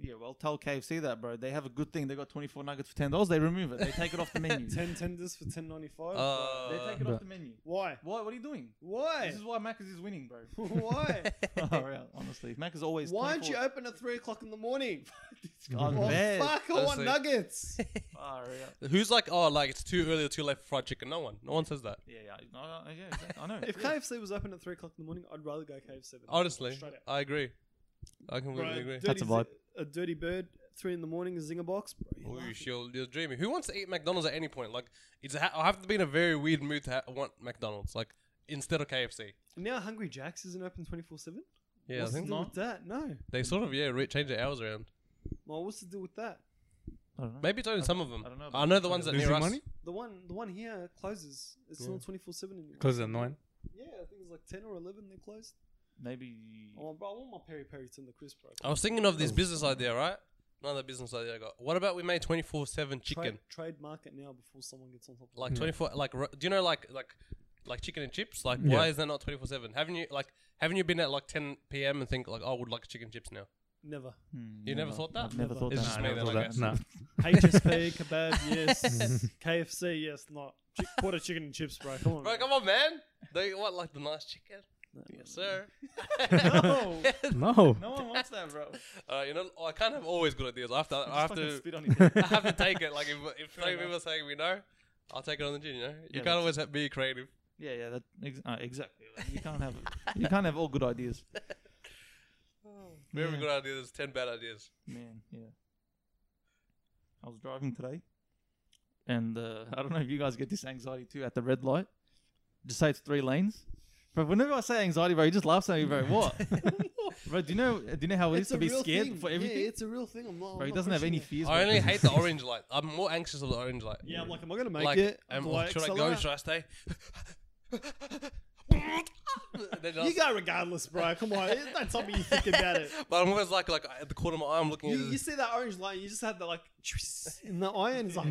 Yeah, well, tell KFC that, bro. They have a good thing. They got 24 nuggets for $10. They remove it. They take it off the menu.
Ten tenders for ten ninety five.
Uh,
they take it off the menu.
Why?
Why? What are you doing?
Why?
This is why Macca's is winning, bro.
Why?
Far out, honestly. Mac is always.
Why aren't you
24
open at three o'clock in the morning?
Oh,
Oh,
man.
fuck! I want
Honestly.
nuggets.
Far out.
Who's like, oh, like it's too early or too late for fried chicken? No one, no one says that.
Yeah, yeah. No, no, yeah exactly. I know.
if
yeah.
KFC was open at three o'clock in the morning, I'd rather go KFC. Than
Honestly,
straight out.
I agree. I completely
Bro,
agree.
dirty
That's a
zi-
vibe.
A dirty bird, three in the morning, a zinger box. Bro, you're
Oh,
laughing.
you're, you're dreaming. Who wants to eat McDonald's at any point? Like, it's a ha- I have to be in a very weird mood to ha- want McDonald's, like instead of KFC.
And now Hungry Jack's isn't open twenty four seven.
Yeah,
What's
I
to
think
do with that? No.
they sort of yeah re- change the hours around.
Well, what's to do with that?
I don't know.
Maybe it's only some of them.
I don't know.
I know the ones that
Losing
near us.
money?
The one, the one here closes. It's
Yeah.
not twenty four seven anymore.
Closes at 9.
Yeah, I think it's like ten or eleven. They closed.
Maybe. hmm,
I want, bro, I want my peri peri tender crisp, bro.
I was thinking of this business idea, right? Another business idea I got. What about we made twenty four seven chicken,
Trade, trademark it now before someone gets on top of it.
like twenty four, like ro- do you know like like like chicken and chips? Like
Yeah.
why is that not twenty four seven? Haven't you like haven't you been at like ten p.m. and think like oh, I would like chicken chips now?
Never.
Hmm,
You never thought that?
I've never
Never.
thought
It's
that.
just
I
me
never
that
thought
like
that.
that.
Nah.
HSP, kebab, yes. KFC, yes. Not Chi- quarter chicken and chips, bro. Come on.
Bro, come on, man! Don't you want like the nice chicken?
No,
Yes, sir.
No.
No.
No one wants that, bro.
Uh, you know, I can't have always good ideas. I have to, I have
Fucking
to,
spit on his head.
I have to take it. Like if if
Fair
three
enough.
people saying we know, I'll take it on the chin. You know, you
Yeah,
can't
that's-
always have, be creative.
Yeah, yeah, that ex- uh, exactly. Like, you can't have you can't have all good ideas.
Very
Oh,
Yeah.
good idea. There's 10 bad ideas.
Man, yeah. I was driving today, and uh, I don't know if you guys get this anxiety too at the red light. Just say it's three lanes. Bro, whenever I say anxiety, bro, you just laughs at me, bro. What? bro, do you know do you know how it is to be scared
thing.
for everything?
Yeah, it's a real thing. I'm not.
bro,
I'm
he
not
doesn't have
pushing
any
it.
fears.
I
bro.
only hate the orange light. I'm more anxious of the orange light.
Yeah, I'm like, am I gonna make
like,
it?
um,
Do
should I go?
accelerate?
Should I stay? They're
You
just-
go regardless, bro. Come on, don't tell me you think about it.
But I'm always like, like at the corner of my eye, I'm looking
You,
at.
you
This,
see that orange light, you just had the like in the iron. It's like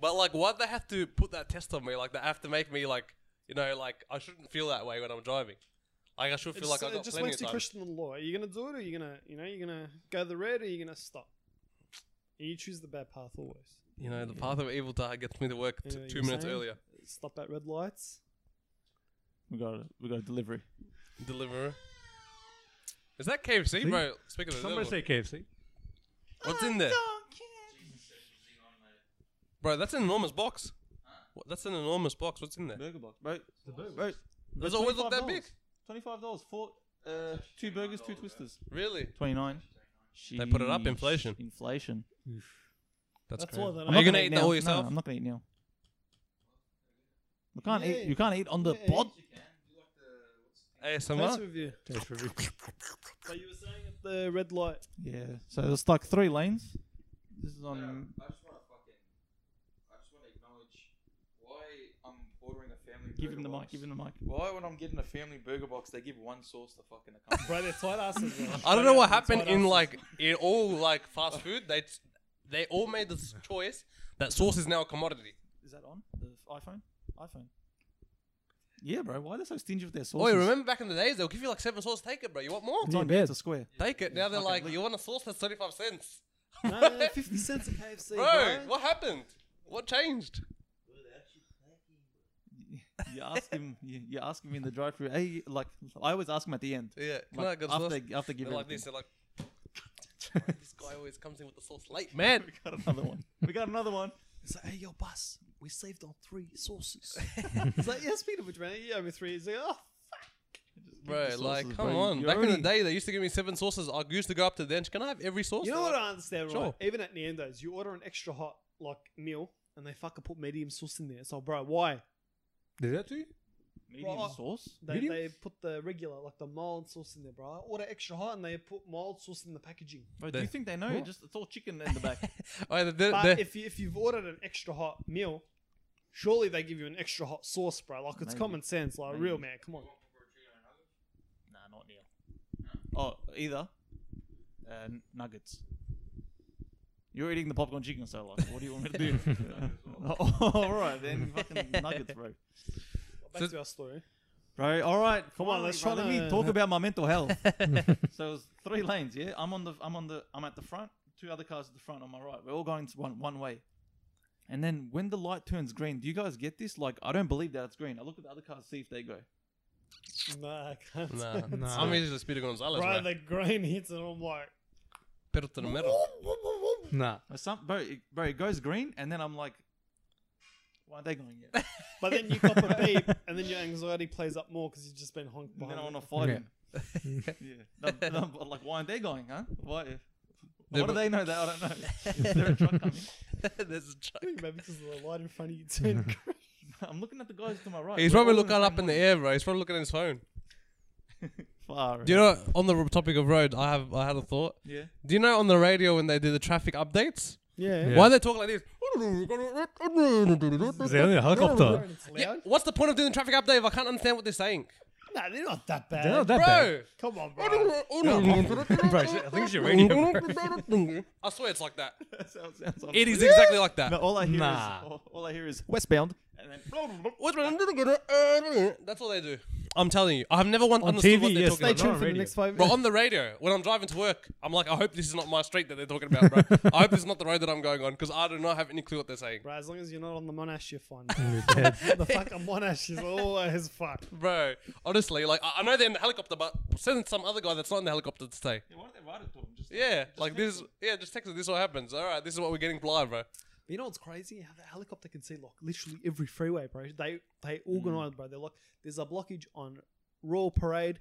but like, why would they have to put that test on me? Like, they have to make me like, you know, like I shouldn't feel that way when I'm driving. Like, I should
it
feel
just,
like I
it
got
just
plenty
makes
of
you
time.
question the law. Are you gonna do it, or are you gonna, you know, you're gonna go the red, or are you gonna stop? And you choose the bad path always.
You know, the path of evil die gets me to work
Yeah,
t-
you
two
were
minutes
saying?
earlier.
Stop at red lights.
We got a, we got a delivery.
Deliverer. Is that KFC,
See?
bro? Speaking of the
Somebody
devil.
say KFC.
what's in there, bro? That's an enormous box. What- That's an enormous box. What's in there?
Burger box, bro. The burger box.
Does Oh, it always look that big?
Twenty-five dollars for uh, two burgers, two twisters.
Really?
Twenty-nine.
They put it up, inflation.
Sheesh, Inflation.
That's,
That's
crazy.
why they
Are
don't-
you
not
gonna
gonna
eat
now.
that all
No,
yourself?
I'm not gonna eat now. You can't
Yeah.
eat. You can't eat on the
Yeah.
pod.
Taste
ASMR?
review.
Taste review.
Like you were saying at the red light.
Yeah. So there's like three lanes. This is on.
I just want to fucking. I just want to acknowledge why I'm ordering a family.
Give
burger
him the mic.
box.
Give him the mic.
Why when I'm getting a family burger box, they give one sauce to fucking a company.
Bro, they're tight asses. bro.
I don't know what
They're
happened
tight
in
asses.
like in all like fast food. They they all made this choice that sauce is now a commodity.
Is that on the iPhone? iPhone. Yeah, bro. Why are they so stingy with their
Oh,
sauces?
you remember back in the days they'll give you like seven sauce. Take it, bro. You want more?
It's on
Yeah,
it's
bad.
a square.
Take it. Now they're like, you want a sauce that's thirty five cents,
No, no, no, fifty cents at KFC,
bro.
bro.
What happened? What changed?
You ask him. You, you ask him in the drive-through. Hey, like I always ask him at the end.
Yeah, can I
Like,
get sauce?
after after
They're
giving
like
everything.
this. They're like, this guy always comes in with the sauce late, man.
Got another one. We got another one.
It's like, hey, yo, boss, we saved on three sauces. it's like, yeah, speaking of which, man, you owe me three. He's like, oh,
Bro,
the
like,
sauces,
come
bro.
on.
You
Back in the
already-
day, they used to give me seven sauces. I used to go up to the bench. Can I have every sauce?
You know
They're
what
like,
I understand, right?
Sure.
Even at Nando's, you order an extra hot like meal and they fucking put medium sauce in there. So, bro, why?
Did that to you?
Medium
Right.
sauce.
They,
Medium?
they put the regular, like the mild sauce in there, bro. I order extra hot and they put mild sauce in the packaging.
Bro, do you
There.
think they know?
What?
Just it's all chicken in the back.
Oh, they're- they're-
But
they're-
if, you, if you've ordered an extra hot meal, surely they give you an extra hot sauce, bro. Like, it's
Maybe.
common sense. Like, real man, come on.
nah, not Neil. Oh, either uh, n- nuggets. You're eating the popcorn chicken, so like, what do you want me to do? oh, all right, then fucking nuggets, bro.
Back
So-
to our story.
Bro, all right,
Come on,
finally,
let's
bro,
try
Let me
to-
talk about my mental health. so it was three lanes. Yeah, I'm on the, I'm on the, I'm at the front. Two other cars at the front on my right. We're all going to one one way. And then when the light turns green, do you guys get this? Like, I don't believe that it's green. I look at the other cars, see if they go.
Nah, I can't.
Nah,
Nah.
I'm usually Speedy Gonzalez,
Bro,
bro.
the grain hits and I'm like,
Pedal to the metal.
Nah.
Or some, bro, it, bro, it goes green, and then I'm like, why aren't they going yet?
but then you cop a beep and then your anxiety plays up more because you've just been honked
and
behind.
then I want
it.
to fight
Yeah.
him. yeah. No, no, but like, why aren't they going, huh? Why?
They're
what do
bu-
they know that I don't know? Is there a truck coming?
There's a truck.
Maybe because of the light in front of you turned green.
I'm looking at the guys to my right.
He's
We're
probably
all
looking
the
up
same
in the air, bro. He's probably looking at his phone.
Far.
Do you know, on the topic of road, I have I had a thought.
Yeah.
Do you know on the radio when they do the traffic updates?
Yeah.
Yeah.
Why they talk like this?
Is there only a helicopter?
It's loud.
Yeah, what's the point of doing the traffic update if I can't understand what they're saying?
Nah, they're not that bad.
They're not that bad.
Bro!
Come on, bro.
Bro,
I
I think it's your radio. bro.
swear it's like that.
That sounds, sounds awful.
It is exactly like
No,
that.
all I hear
Nah.
is all, all I hear is westbound, and then
That's all they do. I'm telling you. I've never once
On
understood
TV,
what they're
yes,
talking
they
Stay
about.
Not
tuned
on
for the
radio.
next five
Bro,
minutes.
on the radio, when I'm driving to work, I'm like, I hope this is not my street that they're talking about, bro. I hope this is not the road that I'm going on because I do not have any clue what they're saying.
Bro, as long as you're not on the Monash, you're fine.
Dead.
the fucking Monash is always fun.
Bro, honestly, like, I, I know they're in the helicopter, but send some other guy that's not in the helicopter to stay.
yeah, why don't they write it to him? Just
Yeah, like this. Yeah, just text it. This is what happens. All right, this is what we're getting live, bro.
But you know what's crazy? How the helicopter can see like literally every freeway, bro. They they organized, bro. They're like, there's a blockage on Royal Parade,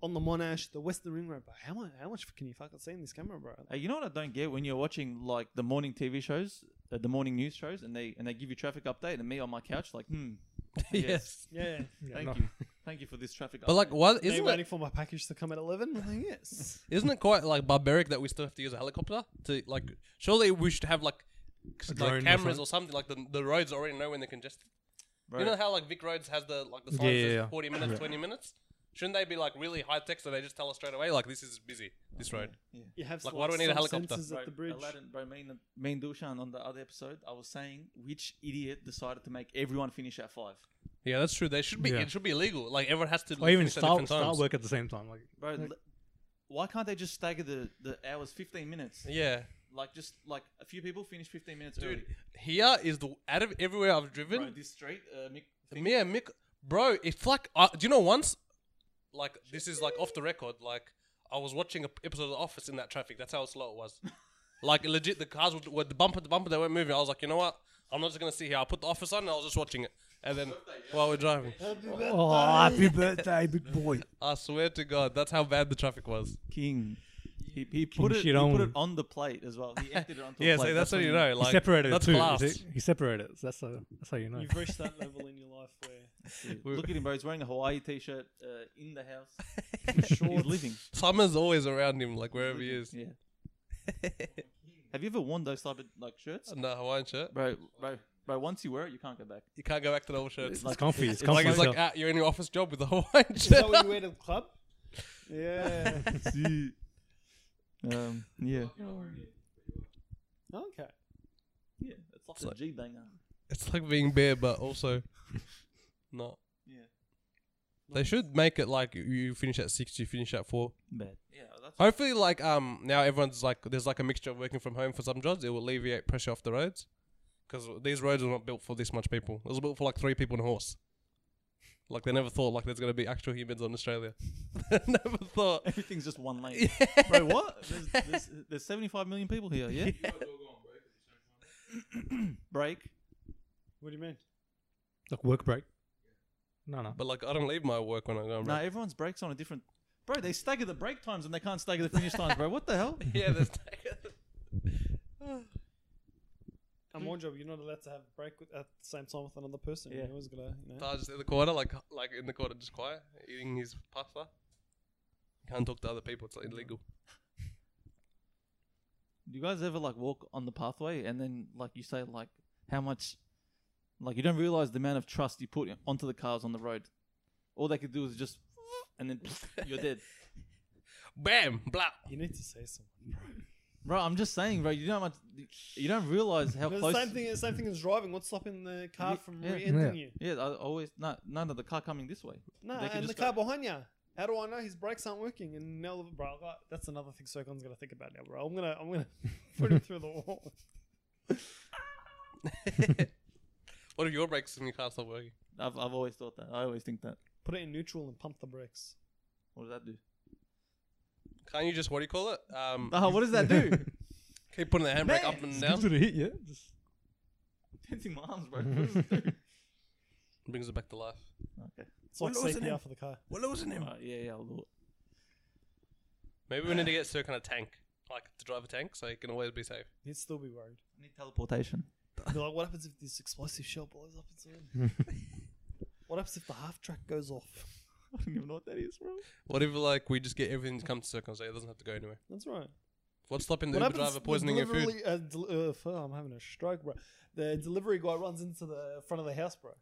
on the Monash, the Western Ring Road, bro. How much how much can you fucking see in this camera, bro?
Uh, you know what I don't get when you're watching like the morning TV shows, uh, the morning news shows, and they and they give you traffic update, and me on my couch like, hmm,
yes.
Yeah,
thank
no.
you, thank you for this traffic.
But like,
update.
what
Are you
isn't
waiting
it?
for my package to come at eleven? I'm like, yes.
Isn't it quite like barbaric that we still have to use a helicopter to like? Surely we should have like, c-
A drone or
like cameras
something.
or something. Like the, the roads already know when they're congested.
Bro,
You know how like Vic Roads has the like the signs
Yeah,
that says
yeah, yeah.
forty minutes, twenty minutes. Shouldn't they be like really high tech so they just tell us straight away like this is busy this road?
You have
Like, why do we need
some
a helicopter?
sensors
bro,
at the bridge.
Aladdin, bro, me and, me and Dushan on the other episode, I was saying which idiot decided to make everyone finish at five.
Yeah, that's true. They should be.
Yeah.
It should be illegal. Like everyone has to.
Or even
finish at
start,
different
start
times.
work at the same time. Like,
Bro, l- why can't they just stagger the, the hours fifteen minutes?
Yeah,
Like just like a few people finish fifteen minutes
dude.
early.
Here is the out of everywhere I've driven.
Bro, this street, uh, Mick,
Me and Mick, bro, it's like, uh, do you know once, like, this is like off the record, like, I was watching an episode of The Office in that traffic. That's how slow it was. like, legit, the cars would, were the bumper to bumper, they weren't moving. I was like, you know what? I'm not just going to sit here. I put The Office on and I was just watching it. And then while we're driving,
oh, happy birthday, big boy.
I swear to God, that's how bad the traffic was.
King. He, he put it. He put
Shirong.
it on the plate as well. He emptied it onto.
Yeah,
the plate.
so that's what you know. Like,
he separated
that's
it too.
class.
you see? He separated it. So that's, how, that's how you know.
You've reached that level in your life where
Look at him, bro. He's wearing a Hawaii t-shirt uh, in the house. He's living.
Summer's always around him, like wherever he is.
Yeah. Have you ever worn those type of like shirts,
And that Hawaiian shirt,
bro? Bro, bro. Once you wear it, you can't go back.
you can't go back to the old shirts.
It's
It's
It's
like,
like-
comfy.
it's
It's comfy.
it's
as
like
hell.
ah, you're in your office job with a Hawaiian
is
shirt.
that what you wear to the club? Yeah.
um, yeah.
okay.
Yeah, it's like a G banger.
It's like being bare, but also not.
Yeah.
They should make it like you finish at six, you finish at four.
Bad. Yeah, that's
Hopefully, like um, now everyone's like, there's like a mixture of working from home for some jobs. It will alleviate pressure off the roads, because these roads were not built for this much people. It was built for like three people and a horse. Like they never thought like there's gonna be actual humans on Australia. they never thought.
everything's just one lane. bro, what? There's, there's, there's 75 million people here. Yeah. Break.
What do you mean?
Like work break. No, no.
But like I don't leave my work when I go.
No,
No.
everyone's breaks on a different. Bro, they stagger the break times and they can't stagger the finish times, bro. What the hell?
Yeah, there's
At my job, you're not allowed to have a break with, at the same time with another person.
Yeah.
You always gotta, you know.
Taj just in the corner, like like in the corner, just quiet, eating his pasta. Can't talk to other people; it's illegal.
Do you guys ever like walk on the pathway and then like you say like how much like you don't realize the amount of trust you put onto the cars on the road. All they could do is just and then you're dead.
Bam, blah.
You need to say something.
Bro, I'm just saying, bro, you don't much, you don't realize how
But
close
the same thing. The same thing as driving. What's stopping the car
Ye-
from
yeah.
re-entering
Yeah.
you?
Yeah, I always no no no the car coming this way.
No,
They can
and the
just
car
go-
behind you. How do I know his brakes aren't working? And now, bro, I got- that's another thing. Circon's gonna think about now, bro. I'm gonna, I'm gonna put him through the wall.
What if your brakes in your car stop working?
I've I've always thought that. I always think that.
Put it in neutral and pump the brakes.
What does that do?
Can't you just what do you call it? Um,
Uh,
Oh, what does that do?
keep putting the handbrake up
Man.
and
Gives
down.
it a hit, yeah. Just-
Tensing my arms, bro. What does it do?
Brings it back to life.
Okay.
It's like
Well, listen
CPR
in.
for the car.
We're losing
Alright, yeah, yeah, I'll do it.
Maybe we need to get Sir kind of tank, like to drive a tank, so he can always be safe.
He'd still be worried.
I need teleportation.
He'd be like, what happens if this explosive shell blows up inside? what happens if the half track goes off?
I don't even know what that is, bro.
What if like we just get everything to come to Sir so it doesn't have to go anywhere?
That's right.
What's stopping the
what
Uber
happens?
driver
the
poisoning your food?
delivery- Uh, del- uh, f- I'm having a stroke, bro. The delivery guy runs into the front of the house, bro.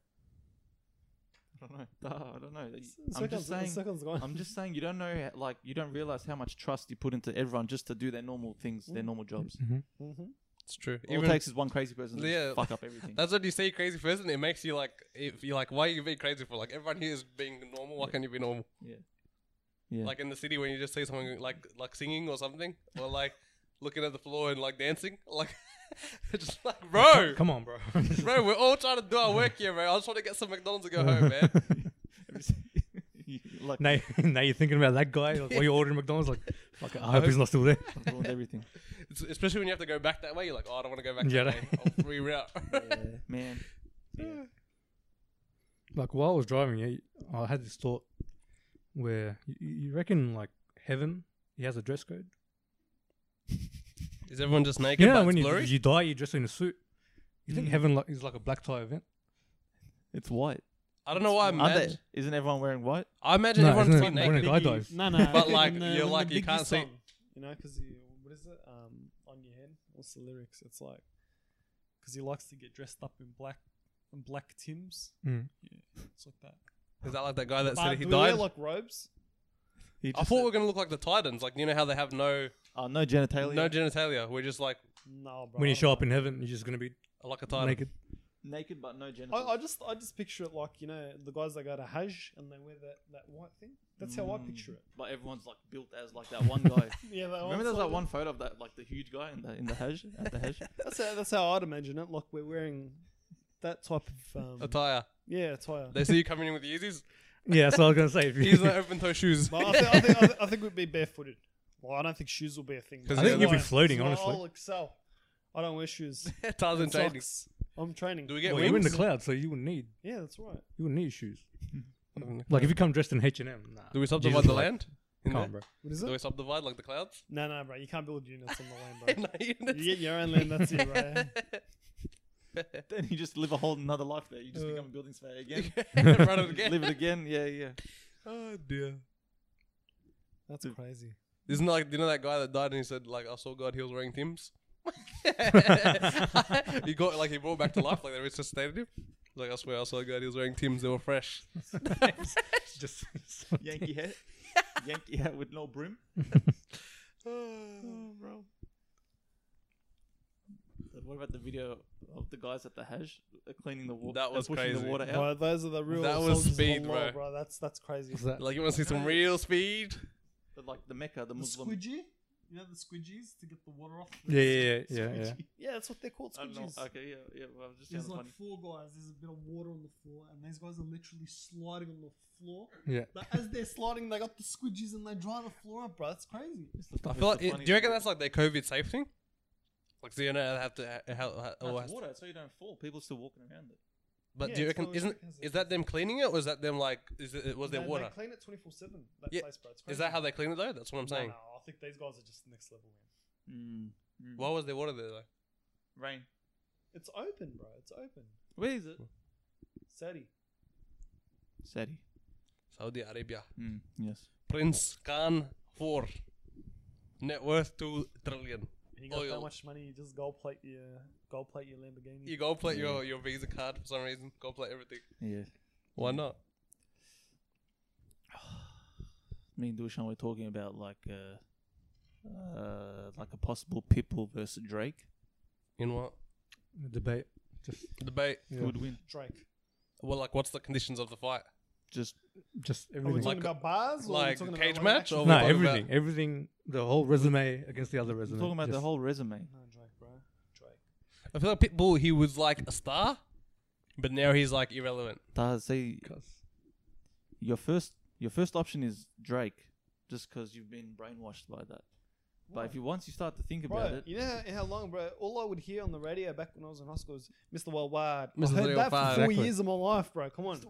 I don't know. Duh, I don't know. I'm
Second's,
just saying.
second's gone.
I'm just saying. You don't know. Like you don't realize how much trust you put into everyone just to do their normal things, their normal jobs.
Mhm.
It's true.
All it
Even
takes is one crazy person to
Yeah.
just fuck up everything.
that's when you say crazy person. It makes you like, if you're like, why are you being crazy for? Like everyone here is being normal. Why can't you be normal?
yeah.
like in the city when you just see someone like like singing or something or like looking at the floor and like dancing like just like bro
Come on, bro.
bro we're all trying to do our work here bro i just want to get some mcdonald's and go home man
like
now, now you're thinking about that guy. Like, while you're ordering McDonald's, like, fuck, I hope he's not still there.
ruined everything.
It's, especially when you have to go back that way, you're like, oh, I don't want to go back
Yeah.
that way. I'll reroute.
Yeah, man.
like while I was driving, yeah, I had this thought where you, you reckon like heaven, he has a dress code.
Is everyone just naked?
You know,
but
when
it's
you,
blurry?
you die, you dress in a suit. You think
Mm.
heaven like, is like a black tie event?
It's white.
I don't know why I
Aren't
imagine.
they- Isn't everyone wearing white?
I imagine
No,
everyone's
isn't
been
it- when
naked.
it- guy dies.
No, no.
But, like,
when
you're
when
like, you
Biggie
can't see-
song, You know, because what is it? Um, on your head. What's the lyrics? It's like because he likes to get dressed up in black, in black tims.
Mm.
It's like that.
Is that like that guy that
But
said he
do we wear,
died?
like robes.
He
I
just
thought
said-
we were going to look like the Titans. Like, you know how they have no
Oh, no genitalia.
no genitalia. We're just like
No, bro.
When you
I
show
don't
up in heaven, you're just gonna be
like a Titan.
naked.
Naked but no
know.
genitalia.
I, I just, I just picture it like you know the guys that go to Hajj and they wear that, that white thing. That's how I
Hmm.
Mm.
picture it.
But everyone's like built as like that one guy.
Yeah, that
Remember
one's
there's that
like-
one photo of that like the huge guy in the in the Hajj at the Hajj.
That's how, that's how I'd imagine it. Like we're wearing that type of um,
Attire.
yeah attire.
They see you coming in with Yeezys.
yeah, so I was gonna say. If
He's
you,
the open toe shoes.
But I think, I, think, I, think, I think we'd be barefooted. Well, I don't think shoes will be a thing.
'Cause
I
think you'll be
floating,
That's why
honestly.
I'll excel. I don't wear shoes.
Tarzan
Socks.
training.
I'm training.
Do we get
well, you're in
wings?
the clouds, so you wouldn't need
yeah, that's right.
you wouldn't need shoes.
I don't know.
Like if you come dressed in H and M, nah.
Do we subdivide
Jesus,
the
like,
land? in
Come
there?
on, bro.
What is
Do we
it?
subdivide like the clouds?
No, no, bro. You can't build units on the land, bro.
No, you
You get your own land. That's it, right?
then you just live a whole another life there. You just
Uh,
become a building surveyor again.
just- Run it again.
live it again. Yeah, yeah.
Oh dear.
That's crazy.
Isn't it like you know that guy that died and he said like I saw God he was wearing Tim's. he got like he brought back to life like they resuscitated him. He's Like I swear I saw God he was wearing Tim's they were fresh.
Just
Yankee hat. Yankee hat with no brim.
oh, bro.
Uh, What about the video of the guys at the Hajj uh, cleaning the water?
That was
pushing
crazy.
the water out.
Bro, those are the real.
That was
soldiers of
speed,
Allah,
bro.
bro. That's that's crazy.
What's that?
Like you want to see some real speed?
But, like the Mecca, the
The
Muslim.
squidgy. You know the squidgies to get the water off.
yeah, yeah, yeah, yeah, yeah.
Yeah, that's what they're called.
I don't know.
Squidgies.
Okay, yeah, yeah. Well, I was just
There's
sounded
like
funny.
four guys. There's a bit of water on the floor, and these guys are literally sliding on the floor.
Yeah.
But as they're sliding, they got the squidges and they dry the floor up, bro. That's crazy.
I feel like do you reckon that's like their COVID safe thing? Like so you know have to ha- ha- ha-
Oh,
all has
That's
to-
water, so you don't fall. People still walking around it.
But
Yeah,
do
it's
you reckon
always
isn't
because of
is that them cleaning it or is that them like is it was there
They-
water?
They clean it twenty four seven. That
Yeah.
place, bro. It's
Is that
crazy.
how they clean it though? That's what I'm saying.
No, no, I think these guys are just next level. Man.
Mm. Mm.
Why was there water there though?
rain.
It's open, bro. It's open.
Where is it?
Saudi.
Saudi.
Saudi Arabia.
Mm. Yes.
Prince Khan four. Net worth two trillion.
You got
Oil.
that much money, you just gold plate your gold plate your Lamborghini.
You go play
Mm.
your, your Visa card for some reason. Go play everything.
Yeah.
Why not?
Me and Dushan were talking about like uh, uh like a possible Pitbull versus Drake.
In what
The Debate. Just
debate?
Who
yeah.
would win?
Drake.
Well, like, what's the conditions of the fight?
Just
just
Are we
everything.
talking
Like-
about bars? Or are we
like
talking about,
cage
like,
match
action?
or-
no,
talking about-
everything, everything, the whole resume against the other resume.
talking about the
just-
whole resume.
No, Drake, bro. Drake.
I feel like Pitbull. He was like a star, but now he's like irrelevant.
Taz, say
Cause,
your first your first option is Drake, just because you've been brainwashed by that. But if you once you start to think about
Bro,
it,
you know how, how long, bro? All I would hear on the radio back when I was in hospital was Mr. Worldwide.
Mr.
I heard that for
Worldwide.
four
Exactly.
years of my life, bro. Come on.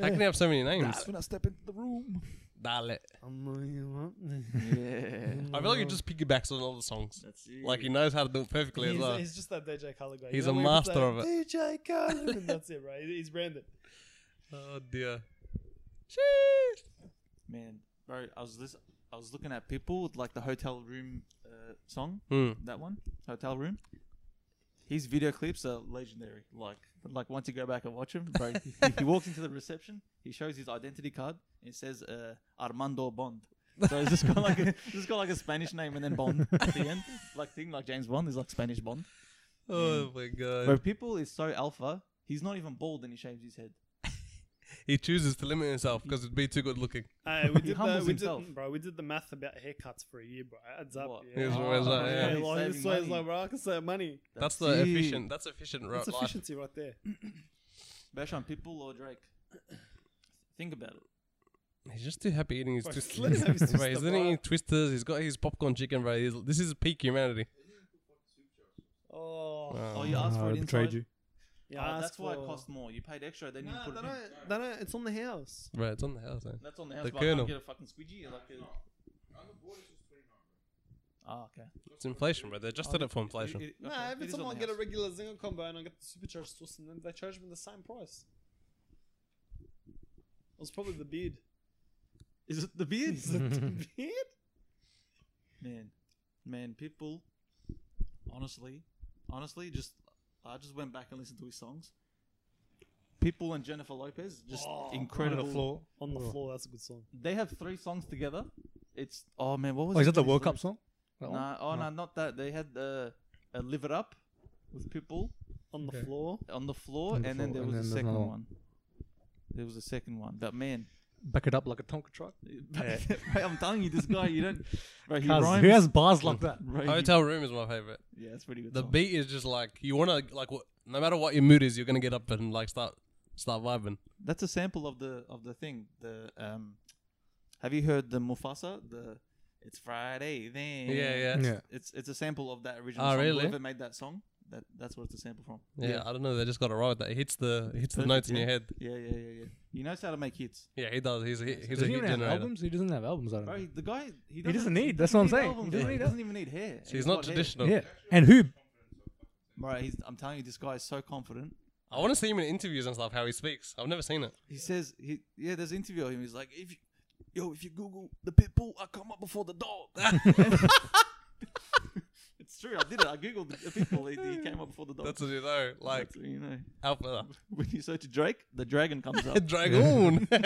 How can he have so many names?
when I step into the room,
Dale.
I'm-
yeah,
I feel like he just piggybacks on all the songs.
that's it.
Like he knows how to do it perfectly as
he's,
well.
he's just that DJ Khaled guy. You
He's
know
a
when he puts
master
that,
of it.
DJ Khaled. and that's it, right? He's branded.
Oh dear. Sheesh.
man, bro, I was listen- I was looking at people with like the hotel room uh, song,
Hmm.
that one, hotel room. His video clips are legendary. Like, like once you go back and watch him, bro, he walks into the reception. He shows his identity card. and It says uh, Armando Bond. So it's just got like a, it's just got like a Spanish name and then Bond at the end, like thing like James Bond is like Spanish Bond.
Oh my god.
Bro, people is so alpha. He's not even bald and he shaves his head.
He chooses to limit himself because it'd be too good looking.
Hey, we
He
did the,
humbles
we did,
himself.
bro. We did the math about haircuts for a year, bro. It adds up.
What?
Yeah.
He's always like, yeah.
he's
like,
saving
this way, it's
money.
like, bro, I can save money.
That's, the
it.
efficient. That's efficient ro-
That's
life.
efficiency right there.
Bashan, people or Drake? Think about it.
He's just too happy eating his
Bro,
twisters.
let him have his
Bro, he's
Twister,
eating
bro.
his twisters. He's got his popcorn chicken, bro. He's, this is peak humanity.
Oh,
Oh,
Um,
you asked
Ah,
for
I
it
betrayed
inside.
you.
yeah,
Oh,
ask
that's why it
for-
costs more. You paid extra. They need
Nah,
to put
they
it in.
don't- they don't- it's on the house.
Bro, it's on the house, eh?
That's on the house.
The
but I can't
kernel.
get a fucking squidgy. Like uh, a... Oh, okay.
It's inflation, bro. They adjusted it for inflation.
It- it-
No,
okay,
if
it
it's
is on the
someone get a
house.
regular Zinger combo and I get the supercharged sauce and then they charge me the same price. It was probably the beard.
Is it the beard?
Is it the beard?
man, man, Pitbull. Honestly, honestly, just I just went back and listened to his songs. Pitbull and Jennifer Lopez, just
Oh,
incredible.
On the floor, that's a good song.
They have three songs together. It's oh man, what was?
Oh, is
it?
that the World
Three-
Cup song? That one?
Nah, oh no, not that. They had uh, uh, "Live It Up" with Pitbull
On the
Okay.
floor.
on the floor,
On the
and then
floor,
there
and
was a
then there's
second
another
one.
one.
There was a second one, but man,
Back it up like a Tonka truck.
I'm telling you, this guy, you don't. Bro, he
Cuz,
rhymes.
who has bars like that?
bro, he-
Hotel room is my favorite.
yeah, it's pretty good.
The
song.
beat is just like you want to like what, no matter what your mood is, you're gonna get up and like start start vibing.
That's a sample of the of the thing. The um, have you heard the Mufasa? The it's Friday then.
Yeah, yeah, yeah.
Yeah.
It's it's a sample of that original.
Oh,
song.
really?
Whoever made that song, that that's where it's a sample from.
I don't know. They just got it right. with That it hits the it hits the
Perfect,
notes in
yeah.
your head.
Yeah, yeah, yeah, yeah. He knows how to make hits.
Yeah, he does. He's a, hit- he's
Does
a
he
hit
even have
generator.
albums? He doesn't have albums, I don't
Bro,
know.
he- the guy he doesn't,
doesn't need,
he
that's what I'm
doesn't need
saying. He
albums,
doesn't
bro.
need
he doesn't even need hair.
So he's not
got hair.
traditional.
Yeah. And who?
Bro, he's, I'm telling you, this guy is so confident.
I want to see him in interviews and stuff. How he speaks. I've never seen it.
He says he yeah. There's an interview of him. He's like, if you, yo, if you Google the pit bull, I come up before the dog. it's true. I did it. I googled the pit bull. He, he came up before the dog.
That's what you know. Like
That's what you know,
alpha
when you search Drake, the dragon comes up.
dragoon.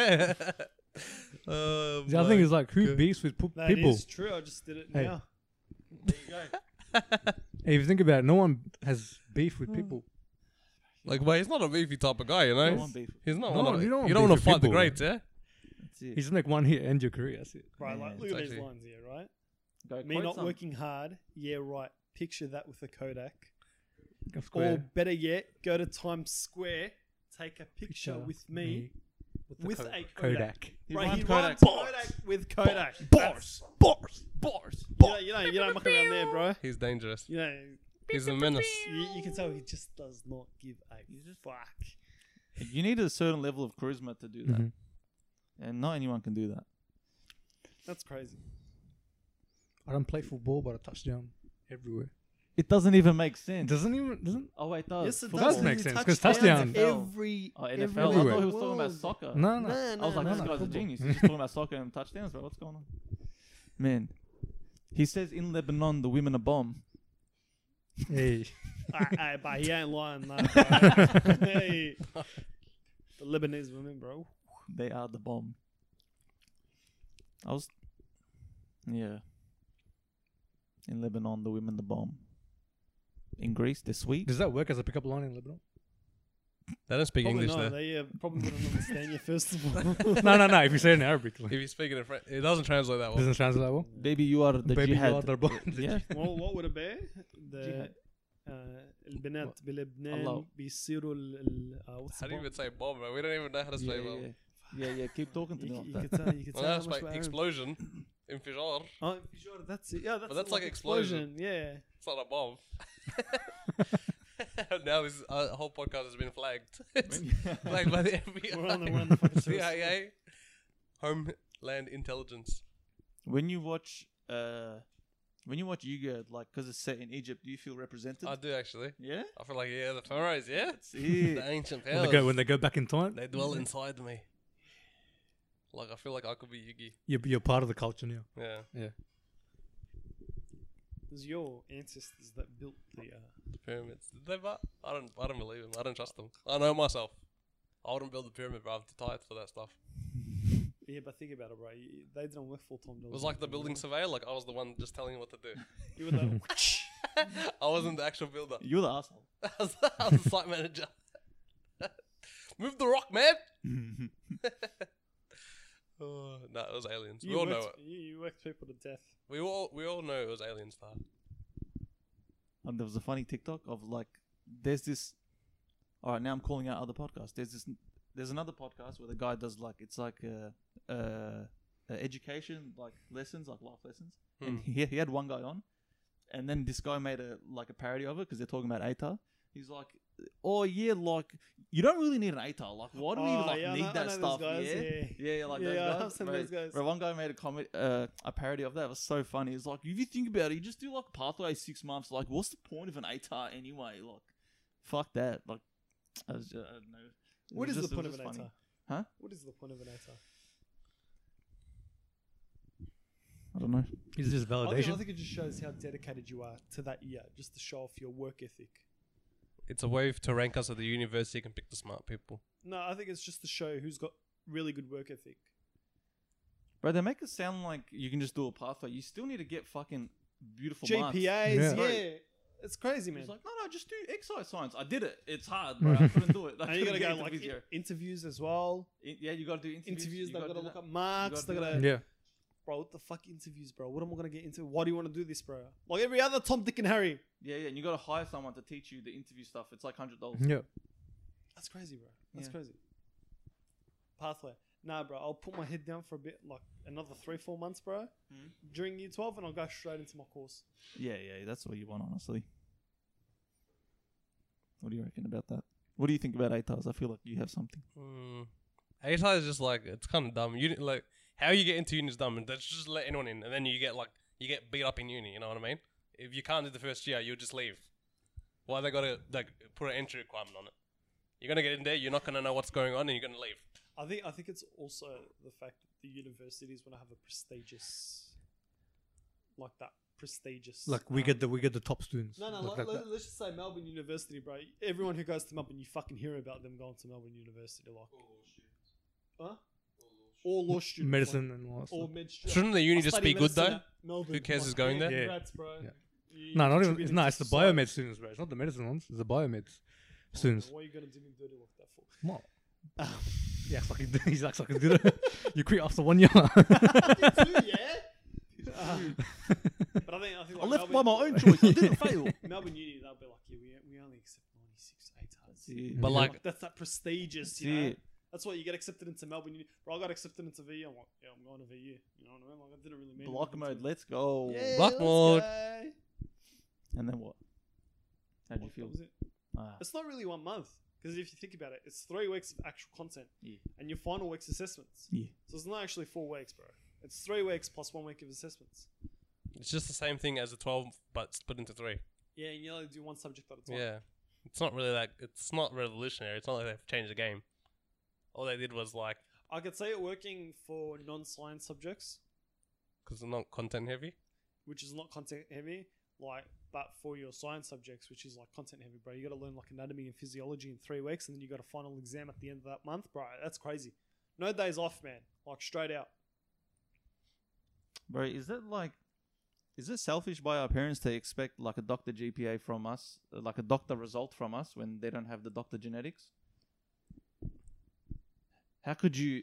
Oh,
The other thing
boy.
is like who beefs with pu-
That is
people?
true. I just did it
Hey.
now.
If you think about it, no one has beef with people.
like, but he's not a beefy type of guy, you know.
Come on, beef.
He's not
No,
one of
you
you
don't
don't,
wanna beef
want to
with
fight the greats,
people,
yeah.
That's it.
He's just make one hit, end your career. That's it.
Right, like,
Yeah,
look
it's
at these
actually-
lines here, right?
Go
Me
quote
not
some.
working hard. Yeah, right. Picture that with a Kodak.
Go
Or
square.
better yet, go to Times Square, take a picture,
Picture
with me, with, a Kodak.
Kodak.
He
Right,
rhymed
he rhymes
Kodak.
Kodak with Kodak. Bars, bars, bars, bars. You know, you don't muck around there, bro.
He's dangerous.
You know,
He's a menace.
you, you can tell he just does not give a fuck.
You need a certain level of charisma to do that,
Mhm.
and not anyone can do that.
That's crazy.
I don't play football, but I touch down everywhere.
It doesn't even make
It
sense.
doesn't even doesn't.
oh wait, it does.
Yes, it
Well, does
does
make
You
sense,
touch
'cause
downs
touchdowns-
Every,
Oh, NFL.
every
I
Everywhere.
thought he was talking about soccer.
No,
No,
no.
no,
I was like,
no,
this
no.
guy's a
football.
genius. He's just talking about soccer and touchdowns, bro. What's going on? Man, he says in Lebanon the women are bomb.
Hey,
Aye, aye, but he ain't lying, no, bro. hey. The Lebanese women, bro.
They are the bomb. I was, yeah. In Lebanon, the women the bomb. In Greece, they're sweet.
does that work as a pickup line in Lebanon?
They don't speak
Probably
English
not.
there.
They uh, probably wouldn't understand you first of all.
no, no, no. If you say it in Arabic,
If
like,
you speak it in French, it doesn't translate that well.
doesn't translate that well.
Baby, you are the
Baby, you
jihad.
are the bomb.
yeah.
well, what would it be? The
Jihad.
uh, البنات بلبنان
الله.
بيصيروا ال ال uh, what's
How
the
do you
bomb?
even say bomb, bro? We don't even know how to
Yeah,
say
yeah,
bomb.
yeah. yeah, yeah. Keep talking to
You,
me
c-
like
you
that.
could tell. You could
Well,
tell.
that's
how much
like
we're Arab.
explosion, infijar.
Oh, sure, that's it. Yeah, that's,
that's like
explosion.
It's not a bomb. now this uh, whole podcast has been flagged. It's flagged by the
Yeah, we're on the
FBI,
run. fucking suicide.
CIA, Homeland Intelligence.
When you watch, uh, when you watch Yu-Gi-Oh, like, cause it's set in Egypt, do you feel represented?
I do actually.
yeah.
I feel like yeah, the pharaohs, yeah,
it.
the ancient
When they
powers.
go when they go back in time,
They dwell inside me. Like I feel like I could be Yugi.
you're, you're part of the culture now.
Yeah.
It was your ancestors that built the. Uh,
The pyramids. Did they but I don't I don't believe them. I don't trust them. I know myself. I wouldn't build the pyramid, bro. I'm too tired for that stuff.
yeah, but think about it, bro. You, they didn't work full time.
It was like the building surveyor, like I was the one just telling him what to do.
You were the
I wasn't the actual builder.
You're the asshole.
I was, I was the site manager. Move the rock, man! Oh, no, it was aliens.
you
we all
worked,
know it.
You, you worked people to death.
We all we all know it was alien star.
And there was a funny TikTok of like, there's this. All right, now I'm calling out other podcasts. There's this. There's another podcast where the guy does like it's like a, uh, uh, education like lessons, like life lessons.
Hmm.
And he, he had one guy on, and then this guy made a like a parody of it because they're talking about ATAR. He's like, "Oh yeah, like you don't really need an ATAR. Like why do we
Oh,
like
yeah, I
need
know- I
that
know those
stuff?
guys,
yeah,
yeah.
yeah, yeah, like
Yeah,
those guys.
I've seen
Right.
those guys.
Right, one guy made a comment, uh, a parody of that. It was so funny. It's like, if you think about it, you just do like pathway six months. Like, what's the point of an ATAR anyway? Like, fuck that. Like, I, was ju- I don't know. It
What
was
is
just-
the
it was
point of an
just funny.
ATAR?
Huh?
What is the point of an ATAR?
I don't know.
Is this
I think, I
validation?
think it just shows how dedicated you are to that year, just to show off your work ethic.
It's a way to rank us at the universe so you can pick the smart people.
No, I think it's just to show who's got really good work ethic.
Bro, they make it sound like you can just do a pathway. You still need to get fucking beautiful marks.
GPAs,
Yeah.
yeah.
Right.
It's crazy, man.
It's like, no, no, just do exercise science. I did it. It's hard, bro. I couldn't do it. I
and you
couldn't
gotta
get
go
into
like
physio.
in- interviews as well.
I- Yeah, you gotta do interviews.
Interviews,
you
they've got to
do
look
that.
up marks.
You
They
gotta
got
do
to,
yeah.
bro, what the fuck interviews, bro? What am I gonna get into? Why do you want to do this, bro? Like every other Tom, Dick, and Harry.
Yeah, yeah, and you gotta hire someone to teach you the interview stuff. It's like hundred dollars.
Yeah.
That's crazy, bro. That's
Yeah.
crazy. Pathway. Nah, bro. I'll put my head down for a bit, like another three, four months, bro,
Mhm.
during year 12, and I'll go straight into my course.
Yeah, yeah, that's all you want, honestly. What do you reckon about that? What do you think about ATARs? I feel like you have something.
Mm. ASI is just like it's kind of dumb. You like how you get into uni is dumb, and that's just let anyone in, and then you get like you get beat up in uni. You know what I mean? If you can't do the first year, you'll just leave. Why they gotta like put an entry requirement on it? You're gonna get in there, you're not gonna know what's going on, and you're gonna leave.
I think I think it's also the fact that the universities want to have a prestigious, like that prestigious.
Like we
um,
get the we get the top students.
No, no.
Like,
let,
like
let, let's just say Melbourne University, bro. Everyone who goes to Melbourne, you fucking hear about them going to Melbourne University, like huh? all law
that.
students,
medicine and all that
like, all
stuff.
med students.
Shouldn't the uni
I
just
study
be good
medicine
though?
at Melbourne.
Who cares
Like,
who's going there?
yeah,
Yeah.
Congrats, bro.
Yeah.
You
No, not even.
contributed
It's no,
to
it's the
society.
biomed students, bro. It's not the medicine ones. It's the biomed students.
What are you gonna do me dirty like that for?
What?
Um,
Yeah, fucking. He's like fucking did it. You quit after one year.
yeah. Um, but I think I think like Melbourne,
own choice. I didn't fail.
Melbourne Uni, they'll be like, yeah, we, we only accept ninety six eight tons.
But
Yeah.
like,
Like, that's that prestigious, you
Yeah.
know. That's why you get accepted into Melbourne Uni. Bro, I got accepted into VU. I'm like, yeah, I'm going to VU. You know what I mean? Like, I didn't really mean
Block
anything to it.
mode. Let's go.
Yeah,
Block
let's
mode.
go.
And then what? How do you
What
feel?
was it?
Ah,
It's not really one month because if you think about it, it's three weeks of actual content
Yeah.
and your final week's assessments.
yeah.
So it's not actually four weeks, bro. It's three weeks plus one week of assessments.
it's just the same thing as a twelve, but split into three.
Yeah, and you only do one subject at a time.
Yeah, it's not really like it's not revolutionary. It's not like they've changed the game. All they did was like
I could say it working for non-science subjects,
because they're not content heavy.
which is not content heavy, like but for your science subjects, which is like content heavy, bro. You got to learn like anatomy and physiology in three weeks, and then you got a final exam at the end of that month, bro. That's crazy. No days off, man. Like straight out.
Bro, is that like, is it selfish by our parents to expect like a doctor GPA from us, uh, like a doctor result from us when they don't have the doctor genetics? How could you,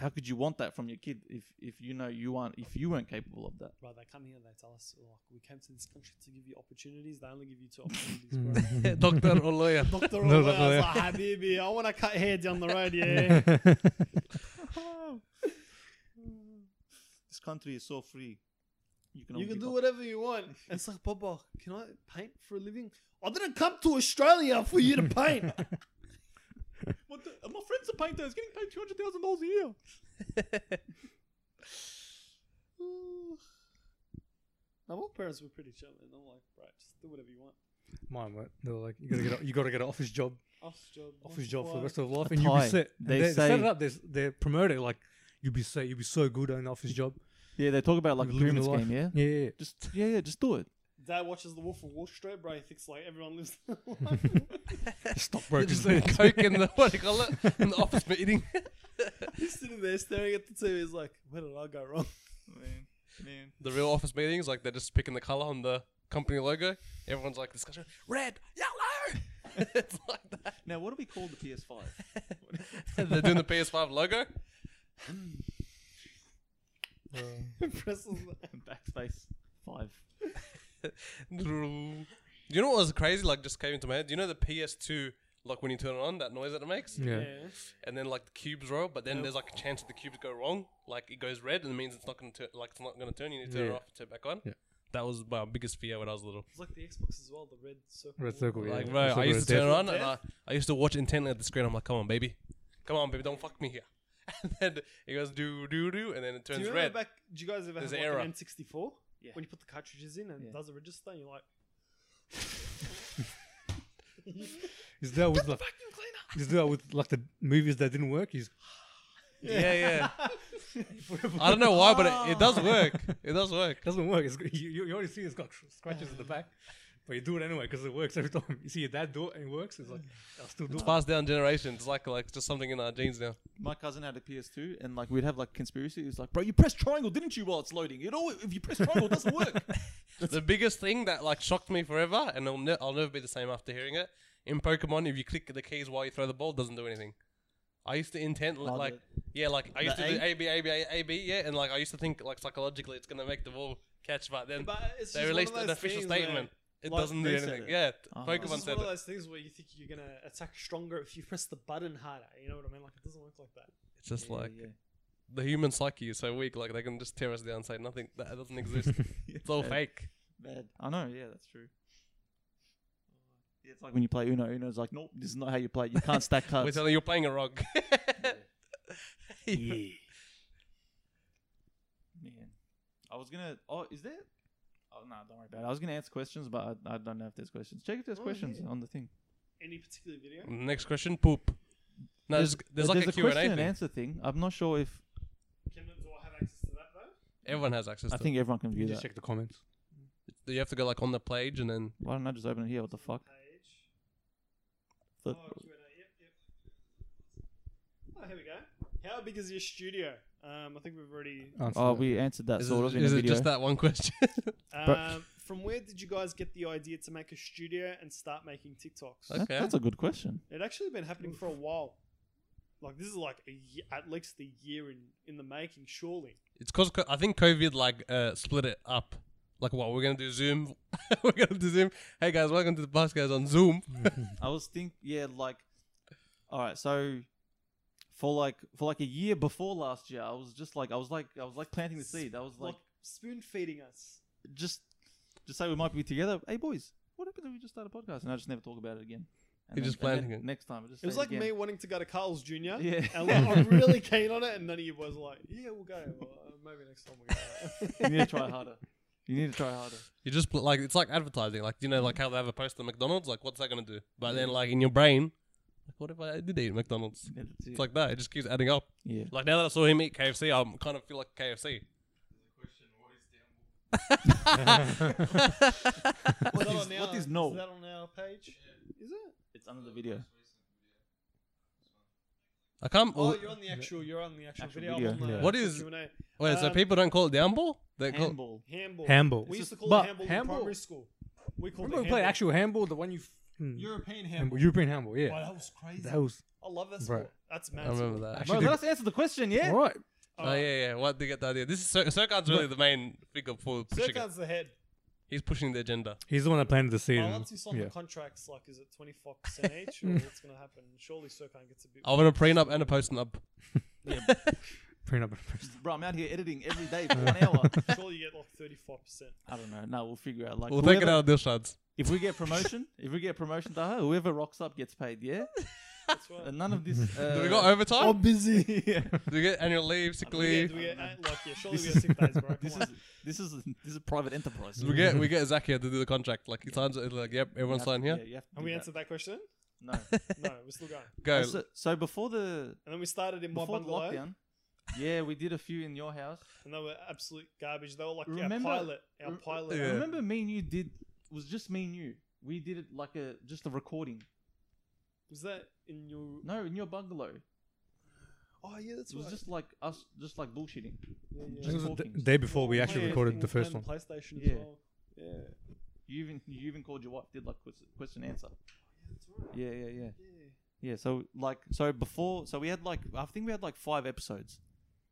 how could you want that from your kid if if you know you aren't if you weren't capable of that?
Bro, they come here and they tell us like we came to this country to give you opportunities. They only give you two opportunities, bro.
Mm.
Doctor or lawyer.
Doctor
No,
Oliver, I
Doctor
was
Oliver.
like, Habibi, I want to cut hair down the road, yeah.
This country is so free. You can,
you can
only be
do
fuck-
whatever you want. It's like, Papa, can I paint for a living? I didn't come to Australia for you to paint.
What the, my friend's a painter. He's getting paid two hundred thousand dollars a year.
now, my parents were pretty chill, and I'm like, right, just do whatever you want.
Mine, mate. They were like, you gotta get, a, you gotta get an office job,
Office job.
office job for the
work.
rest of your life,
A
and you'll
tie.
be set. And
They
they set
say-
it up. They, s- they promote it like you'll be set. You'll be so good at an office job.
Yeah, they talk about like a
You'll be living
pyramid
the life.
scheme. Yeah,
Yeah, yeah, yeah.
just yeah, yeah, just do it.
Dad watches The Wolf of Wall Street, bro. He thinks like everyone lives. He's
Stockbroker.
Just a coke in the what do you call it in the office meeting.
sitting there staring at the TV. He's like, where did I go wrong?
Man, man.
The real office meetings, like they're just picking the color on the company logo. Everyone's like discussion red, yellow. it's like that.
Now, what do we call the PS5?
they're doing the PS5 logo.
Presses
Backspace five.
You know what was crazy? Like just came into my head. You know the PS2 like when you turn it on, that noise that it makes,
Yeah.
and then like the cubes roll, but then
Yeah.
there's like a chance that the cubes go wrong, like it goes red, and it means it's not gonna turn, like it's not gonna turn. You need to turn
Yeah.
it off, turn it back on.
Yeah.
That was my biggest fear when I was little.
It's like the Xbox as well, the red circle.
Red circle, yeah.
Like,
It's
bro,
like
I used to
we're
turn it on and I,
deaf.
I used to watch intently at the screen. I'm like, come on, baby. Come on, baby, don't fuck me here. And then it goes do, do, do, and then it
Do you
turns
remember
red.
back? Do you guys ever
There's
have like,
error.
an N64?
Yeah.
When you put the cartridges in and
Yeah.
it does a register, and you're like,
Is that with like is that with like the movies that didn't work? Is
Yeah, yeah. I don't know why, but it, it does work. It does work.
doesn't work. It's, you, you you already see it's got scratches at the back, but you do it anyway because it works every time. You see your dad do it and it works. It's like I'll still do
It's
it.
passed down generations. It's like like just something in our genes now.
My cousin had a PS2, and like we'd have like conspiracy. It was like, bro, you pressed triangle, didn't you, while it's loading? It always, if you press triangle, it doesn't work.
the biggest thing that like shocked me forever, and I'll, ne- I'll never be the same after hearing it. In Pokemon, if you click the keys while you throw the ball, it doesn't do anything. I used to intent
Oh,
like yeah, like I
the
used to do
A?
A B A B A A B yeah, and like I used to think like psychologically it's gonna make the ball catch, but then
but it's
they
just
released
one of
an
those
official
things where
statement. It
like,
doesn't do
they said
anything.
it.
Yeah,
Oh.
It's
Pokemon
just one
said
of
it.
those things where you think you're gonna attack stronger if you press the button harder. You know what I mean? Like it doesn't work like that.
It's just
Yeah,
like
yeah.
the human psyche is so weak. Like they can just tear us down, and say nothing that doesn't exist. it's all
Bad.
fake.
Bad. I know. Yeah, that's true. Yeah, it's like when you play Uno. Uno's like, nope, this is not how you play. it. You can't stack
We're
cards.
telling you, you're playing a rog.
Man, I was gonna. Oh, is there? Oh no, don't worry about it. I was gonna answer questions, but I, I don't know if there's questions. Check if there's
Oh,
questions
yeah.
on the thing.
Any particular video?
Next question, poop. No, there's, there's, like a Q and A
question
thing.
and answer thing. I'm not sure if
Can do I have access to that though?
Everyone has access.
I
to
think everyone can
You
view
just
that.
check the comments.
it. you have to go like on the page and then
Why don't I just open it here? What the fuck?
Page.
The-
Oh, Q&A. Yep, yep. Oh, here we go. How big is your studio? Um, I think we've already.
Answer
oh,
that.
we answered that
is,
sort
it,
of in
is
the
it
video.
just that one question?
But-
Um, from where did you guys get the idea to make a studio and start making TikToks?
Okay.
That- That's a good question.
It actually been happening for a while. Like this is like a ye- at least a year in in the making, surely.
it's because I think COVID like uh, split it up. Like what we're gonna do Zoom, we're gonna do Zoom. Hey guys, welcome to the podcast on Zoom.
I was think yeah, like all right, so for like for like a year before last year, I was just like I was like I was like planting the seed. I was
Like,
like
spoon feeding us.
just just say we might be together. Hey boys, what happened if we just start a podcast? And I just never talk about it again. And
You're just
and
planting it.
next time. I Just
It was
say
like
again.
me wanting to go to Carl's Jr.
Yeah.
And like, I'm really keen on it, and none of you boys are like, yeah, we'll go. Well, uh, maybe next time we go.
you need to try harder. You need to try harder.
You just pl- like it's like advertising. Like you know, like how they have a poster at McDonald's. Like what's that gonna do? But then like in your brain, like what if I did eat McDonald's? It's like that. It just keeps adding up.
yeah.
Like now that I saw him eat KFC, I'm kind of feel like KFC.
What
Is that
is,
on
what
our-
is no?
Is that on our page? Is it?
It's under the video.
I can't.
Oh, you're on the actual. You're on the actual,
Actual
video.
video.
I'm uh, on the
Yeah.
What is-
Q&A.
wait, so
um,
people don't call it downball? They call
Handball.
handball?
Handball.
We
It's
used to
just-
call
but
it handball,
handball-
in primary school. We called
Remember
it
we played
handball.
actual handball, the one you f-
European handball.
Hmm. handball, European handball. Yeah,
Wow, that was crazy.
that was
I love that
Bro.
sport. That's
I
mad.
remember that.
actually
Bro, let us answer the question. Yeah.
right.
Oh yeah, yeah. What do you get the idea? This is Sir- Sirkan's really the main figure for pushing it.
Zircon's the head.
He's pushing the agenda.
He's the one that planted the seed.
Oh,
and-
once you sign
yeah.
the contracts, like, is it 25% each, or what's going to happen? Surely Sirkan gets a bit.
I want a prenup and a postnup.
Print up and paste.
Bro, I'm out here editing every day for one hour.
Surely you get like 35%.
I don't know. No, we'll figure out. Like,
We'll take it
whoever-
out of this shots.
If we get promotion, if we get promotion, Taha, whoever rocks up gets paid. Yeah.
That's right.
And none of this. Uh,
Do we got overtime?
busy. yeah.
do we get annual leave, sick
Do we get,
leave?
do we get, uh, like, yeah, surely we get sick days, bro. Come
This
on.
is this is this is a private enterprise.
We get we get Zach here to do the contract. Like he signs it. Like yep, everyone
You have
sign
to-
here.
Yeah, you have to
Have
do
we
that.
answered that question?
No.
No, we're still going.
Go.
so, so before the
And then we started in my
before the
bungalow,
lockdown, yeah, we did a few in your house.
and they were absolute garbage. They were like
Remember-
our pilot. Our
re-
pilot.
Yeah.
Remember, me and you did was just me and you. We did it like a just a recording.
Was that in your.
No, in your bungalow.
Oh, yeah, that's
It was
right.
just like us, just like bullshitting.
Yeah, yeah.
It was the
Talking.
day before we
We're
actually
playing-
recorded the
we're
first
playing
one.
PlayStation as
Yeah.
well. Yeah.
You even you even called your wife. Did like ques- question answer.
That's right.
Yeah, yeah, yeah,
Yeah.
yeah. So like so before so we had like I think we had like five episodes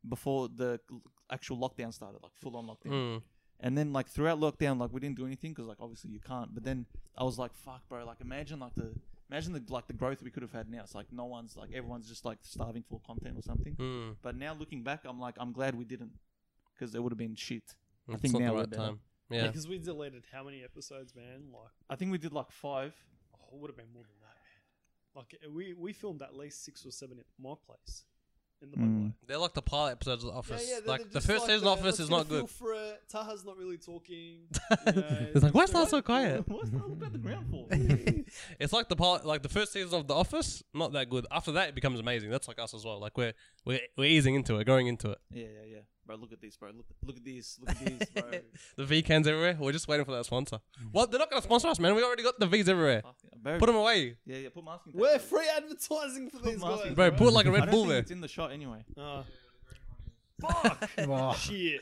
before the l- actual lockdown started, like full on lockdown.
Mm.
And then like throughout lockdown, like we didn't do anything because like obviously you can't. But then I was like, fuck, bro. Like imagine like the Imagine the like the growth we could have had now. It's like no one's like everyone's just like starving for content or something.
Mm.
But now looking back, I'm like I'm glad we didn't because it would have been shit. I
It's
think
not
now
the
we're
right
better.
time. Yeah.
because we deleted how many episodes, man? Like,
I think we did like five.
oh, it would have been more than that, man. Like, uh, we we filmed at least six or seven at my place, in the
Mm.
bungalow.
They're like the pilot episodes of The Office. like the first season
of
of Office is not good.
For it. Taha's not really talking.
It's like, why is that so quiet?
What's that about the ground for?
it's like the pilot, like the first season of The Office, not that good. After that, it becomes amazing. That's like us as well. Like we're we're, we're easing into it, going into it.
Yeah, yeah, yeah. Bro, look at this, bro. Look, look at this. Look at this, bro.
The V cans everywhere. We're just waiting for that sponsor.
Hmm.
Well, they're not gonna sponsor us, man. We already got the V's everywhere.
Fuck, bro.
Put them away,
yeah, yeah. Put masking. tape
We're
over.
free advertising for these guys.
masking
bro. Put like a
I
Red
don't
Bull
think
there.
It's in the shot anyway.
Oh,
Wow.
shit.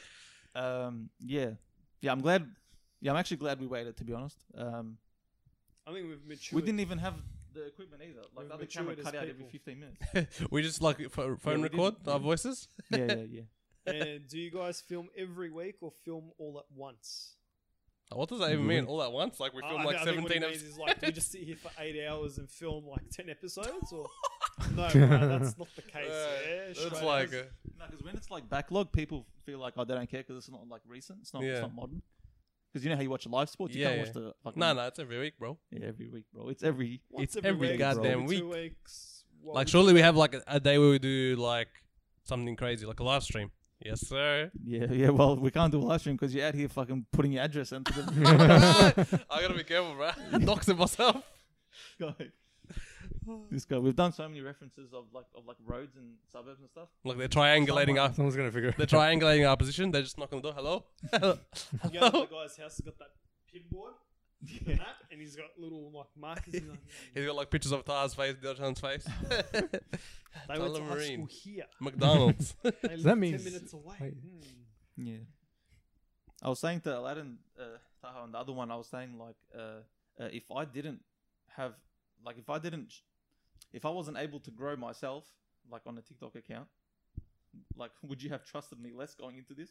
Um, yeah, yeah. I'm glad. Yeah, I'm actually glad we waited. To be honest, um,
I think we've matured.
we didn't even have the equipment either. Like
We've
the other camera
matured as
cut out every
people.
15 minutes.
we just like pho- phone
we
record
didn't,
our
yeah.
voices.
yeah, yeah, yeah.
And do you guys film every week or film all at once?
What does that
Hmm.
even mean? All at once? Like we
Oh,
I-
film
I
like
think- I think what he
seventeen
means
episodes.
Is like, do we just sit here for eight hours and film like ten episodes? Or no, bro, that's not the case. yeah,
It's
straight
Uh, like
up.
uh,
No, because when it's like backlog, people feel like oh, they don't care because it's not like recent. It's not.
Yeah.
It's not modern. Because you know how you watch a live sports, you
Yeah,
can't
yeah.
watch the fucking
no, no. It's every week, bro.
Yeah, every week, bro. It's every.
Once
it's every goddamn
every Two weeks. Well,
Like surely we have like a, a day where we do like something crazy, like a live stream. Yes, sir.
Yeah, yeah. Well, we can't do a live stream because you're out here fucking putting your address into the.
I gotta be careful, bro. Doxing myself.
guy. this guy. We've done so many references of like of like roads and suburbs and stuff.
Look, they're triangulating our
Someone's gonna figure. it
they're triangulating our position. They're just knocking the door. Hello.
you go to the guy's house, he's got that pinboard, yeah. and, that, and he's got little like markers. and like,
He's got like pictures of Tar's face, Dilshan's face.
they went to high
Tullamarine.
school here.
McDonald's.
They
Does
live
that
ten
means-
minutes away.
wait.
Hmm.
Yeah. I was saying to Aladdin, uh, Taha, and the other one, I was saying like, uh, uh, if I didn't have, like, if I didn't, if I wasn't able to grow myself, like on a TikTok account, like, would you have trusted me less going into this?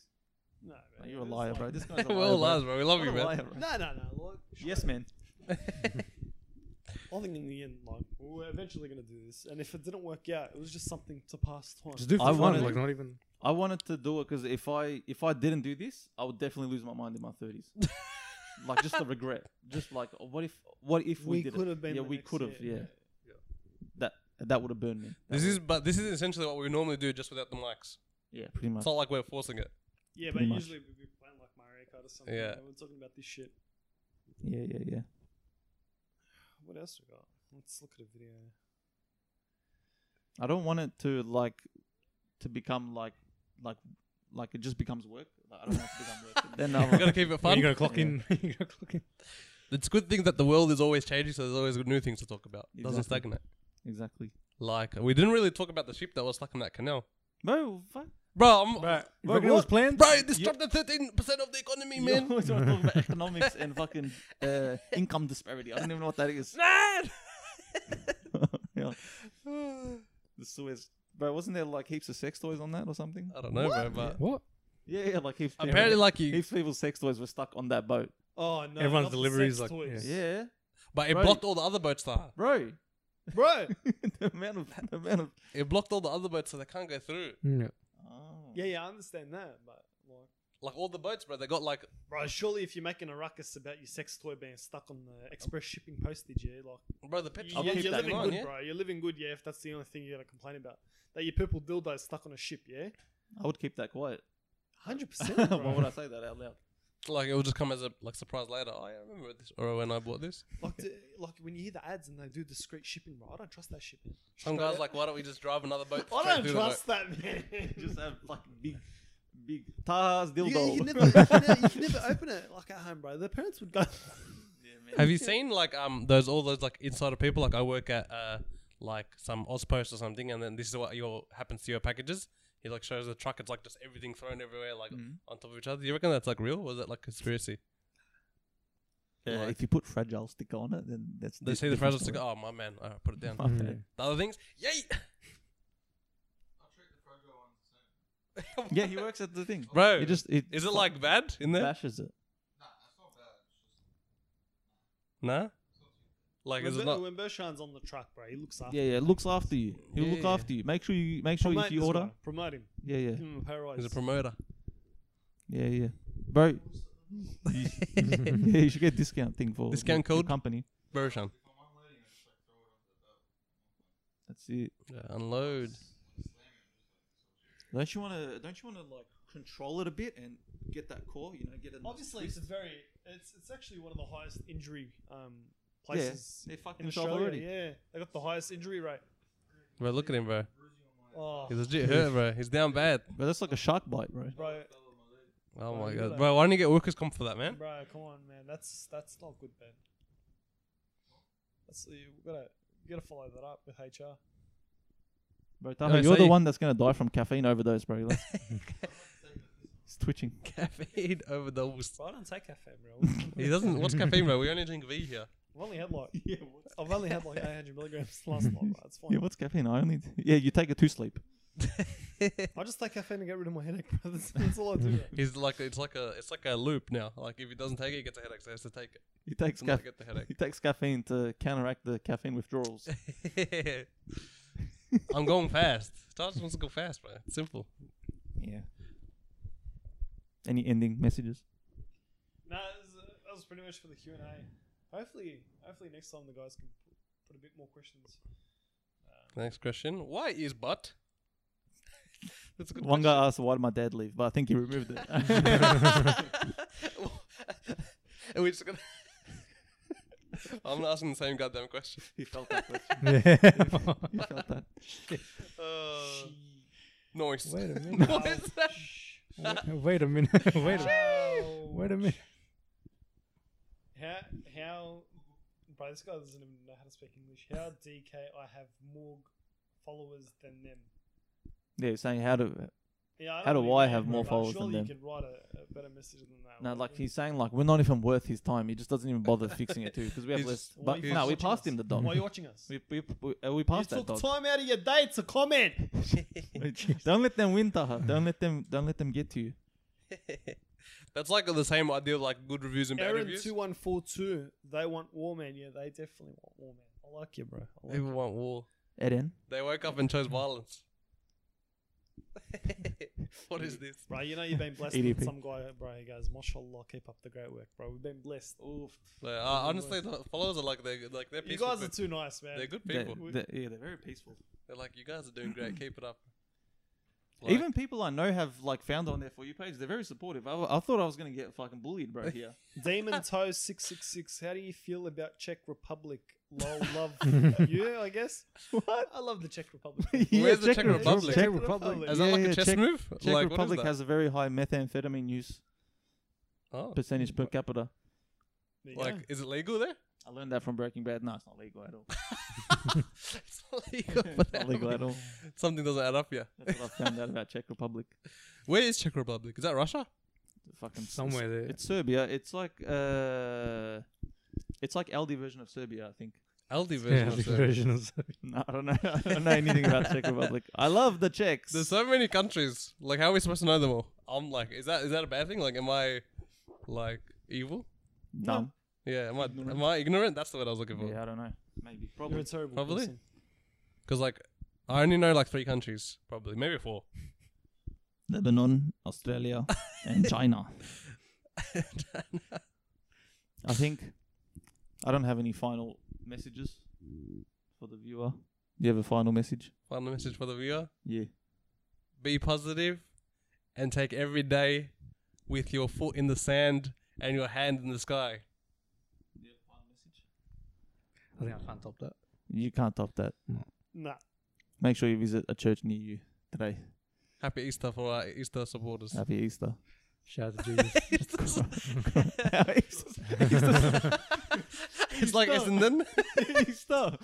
No,
Like,
man,
you're a
it's
liar,
like-
bro. This guy's a
We're
liar.
all
bro.
liars, bro. We love
What
you,
a
man.
liar, bro.
No, no, no. Like,
Yes, man.
I think in the end, like, we're eventually gonna do this, and if it didn't work out, it was just something to pass time.
Just do it for
I
fun,
wanted-
like not even.
I wanted to do it because if I if I didn't do this, I would definitely lose my mind in my thirties. like just the regret, just like oh, what if what if we,
we
did
could
it?
have been.
yeah,
the
we
next
could have.
year.
Yeah. that that would have burned me. That
This is
would've-
but this is essentially what we normally do just without the mics.
yeah, pretty much.
It's not like we're forcing it.
Yeah, but
Pretty much.
usually we'd be playing like Mario Kart or something.
Yeah.
and we're talking about this shit.
Yeah, yeah, yeah.
What else we got? Let's look at a video.
I don't want it to like to become like like like it just becomes work. Like, I don't want it to become work. then
We gotta
I'm,
keep it
You're
fun.
gonna clock in. You're gonna clock in.
It's a good thing that the world is always changing, so there's always new things to talk about. It Doesn't
Exactly.
stagnate.
exactly.
Like we didn't really talk about the ship that was stuck in that canal,
Bro, fuck.
bro. I'm,
Right.
Bro,
Reckon it was
what?
planned.
bro, it disrupted thirteen percent of the economy,
You
man.
always want to talk about economics and fucking uh, income disparity. I don't even know what that is.
Man,
yeah. The Suez. Bro, wasn't there like heaps of sex toys on that or something?
I don't know, bro, but
What?
Yeah, yeah, like heaps.
apparently, like you,
heaps of people's sex toys were stuck on that boat.
Oh no!
Everyone's
not the
delivery is
sex
like-
toys.
Yeah,
but it
Bro.
blocked all the other boats. Though.
bro.
bro.
the amount of the amount of.
It blocked all the other boats, so they can't go through.
Yeah.
Oh.
Yeah, yeah, I understand that, but like,
Like all the boats, bro, they got like
bro, surely if you're making a ruckus about your sex toy being stuck on the express shipping postage, yeah, like.
bro
You-
the petrol.
I'll
You're,
keep
you're
that
living
in
on,
good,
yeah?
bro. You're living good, yeah. If that's the only thing you're gonna complain about, that your purple dildo is stuck on a ship, yeah.
I would keep that quiet.
Hundred
Why
percent,
would
bro.
I say that out loud?
Like it will just come as a like surprise later. Oh, yeah, I remember this, or when I bought this.
Like, to, like when you hear the ads and they do discreet shipping, bro. I don't trust that shipping.
Some guys like, why don't we just drive another boat?
I
straight
don't
through the
trust that man.
Just have like big, big Taha's
You,
dildo.
you, can never, you, can never, you can never open it like at home, bro. The parents would go.
boat? Have you seen like um those all those like insider people? Like I work at uh like some Auspost or something, and then this is what your happens to your packages. He like shows the truck. It's like just everything thrown everywhere, like
Mhm.
on top of each other. You reckon that's like real? Was that like conspiracy?
Uh,
Like-
if you put fragile sticker on it, then that's.
They
that's
say the
different
fragile sticker.
story.
Oh my man, all right, put it down.
My bad.
The other things, yay!
I'll check the fragile ones. soon.
Yeah, he works at the thing.
Bro,
He just it
is it like bad in there?
bashes it.
Nah, that's not bad. It's just
Nah. Like,
when,
is
Ber-
it not?
when Bertrand's on the truck, bro, he looks after.
Yeah, yeah. Looks after you. He'll look
Yeah.
after you. Make sure you make sure
Promote
if you
this
order.
guy. promote him.
Yeah, yeah,
Give him a pay rise.
Is a promoter?
yeah, yeah. Bro, yeah, you should get discount thing for
Discount
your- your
code?
company.
Bershon.
That's it.
Yeah, unload.
Don't you want to? Don't you want to like control it a bit and get that core? You know, get it.
Obviously, it's a very. It's it's actually one of the highest injury um,
yeah,
places
they fucked
in
themselves
Australia.
already.
Yeah, they got the highest injury rate.
Bro, look at him, bro.
Oh,
He's legit hurt, bro. He's down bad.
But that's like a shark bite, bro.
bro,
Oh
Bro,
my
you
god,
gotta-
bro! Why don't you get workers comp for that, man?
bro, come on, man. That's that's not good, man. That's you gotta you gotta follow that up with HR.
Bro,
Yeah,
Taha,
so
you're the
you-
one that's gonna die from caffeine overdose, bro. That's- it's twitching.
Caffeine overdose.
Bro, I don't take caffeine, bro.
He doesn't. What's caffeine, bro? We only drink V here.
I've only had like
Yeah, what's,
I've only had like 800 milligrams last night. Bro. It's fine.
yeah, what's caffeine? I only. Yeah, you take it to sleep.
I just take caffeine to get rid of my headache, bro. That's, that's all I do. Bro.
He's like, it's like a, it's like a loop now. Like if he doesn't take it, he gets a headache. So he has to take it.
He takes
It's not
caff-
to get the
he takes caffeine to counteract the caffeine withdrawals.
headache. I'm going fast. Charles wants to go fast, bro. It's simple.
yeah. Any ending messages?
No, that was, that was pretty much for the Q and A. Hopefully, hopefully next time the guys can put, put a bit more questions.
Next question. Why is butt? That's a good
One guy asked, "Why did my dad leave?" But I think he removed it.
and we're just gonna. I'm not asking the same goddamn question.
he felt that. question.
yeah.
he felt that.
Um,
Uh, noise.
Wait a minute.
noise.
Wait a minute. Wait a
Wow.
Wait a minute.
How how, bro? This guy doesn't even know how to speak English. How DK I have more followers than them.
Yeah, he's saying how to.
Yeah, I
How
don't
do
really
I
know,
have more
bro,
followers than
surely
them?
you could write a, a better message than that.
No,
right?
like he's saying, like we're not even worth his time. He just doesn't even bother fixing it too because we have
He's-
less.
Why
But
are you
no, we
watching
passed
us?
him the
Why are
dog.
you watching us?
We we we, uh, we
You
passed that
took
dog.
time out of your day to comment.
don't let them win, Taha. Don't let them. Don't let them get to you.
That's like the same idea of like good reviews and bad
Aaron
reviews.
two one four two. They want war man. Yeah, they definitely want war man. I like you, bro. I like
People want war.
Eden.
They woke up and chose violence. what is this?
Bro, you know you've been blessed
E
EDP.
with some guy, bro. He goes, mashallah, keep up the great work, bro. We've been blessed. Oof.
Like, I honestly, the followers are like they're like they're
You
peaceful.
guys are
people.
too nice, man.
they're good
They're-
people.
they're- yeah, they're very peaceful.
They're like you guys are doing great. Keep it up.
Even people I know have like found on their for you page. They're very supportive. I, I thought I was gonna get fucking bullied, bro. Here.
Demon Toe six six six. How do you feel about Czech Republic? Lol, love you, I guess. What? I love the Czech Republic.
Yeah,
Where's the Czech Republic?
Czech
Republic.
is that
Yeah,
like
yeah,
a chess
Czech-
move?
Czech
like,
Republic
what is
has a very high methamphetamine use
that? Oh.
percentage per capita.
There you
like
go.
is it legal there?
I learned that from Breaking Bad. No, it's not legal at all.
it's not legal.
it's
but
not legal at all.
Something doesn't add up here.
That's what I found out about Czech Republic.
Where is Czech Republic? Is that Russia?
Fucking s-
Somewhere there.
It's Serbia. It's like uh, it's like LD version of Serbia, I think.
LD
Yeah,
version.
the
of Serbia.
version of
No, I don't know. I don't know anything about Czech Republic. I love the Czechs.
There's so many countries. Like, how are we supposed to know them all? I'm like, is that is that a bad thing? Like, am I like evil?
Dumb.
Yeah, am I
Ignorant.
am I ignorant? That's the word I was looking for.
Yeah, I don't know. Maybe.
You're
Probably.
a terrible
Probably.
person.
Because like, I only know like three countries, probably maybe four.
Lebanon, Australia, and China. I think I don't have any final messages for the viewer. Do you have a final message?
Final message for the viewer:
Yeah.
Be positive, and take every day with your foot in the sand and your hand in the sky.
I think I can't top that.
You can't top that.
Nah.
Make sure you visit a church near you today.
Happy Easter for our Easter supporters.
Happy Easter.
Shout out to Jesus.
it's like Essendon.
Easter.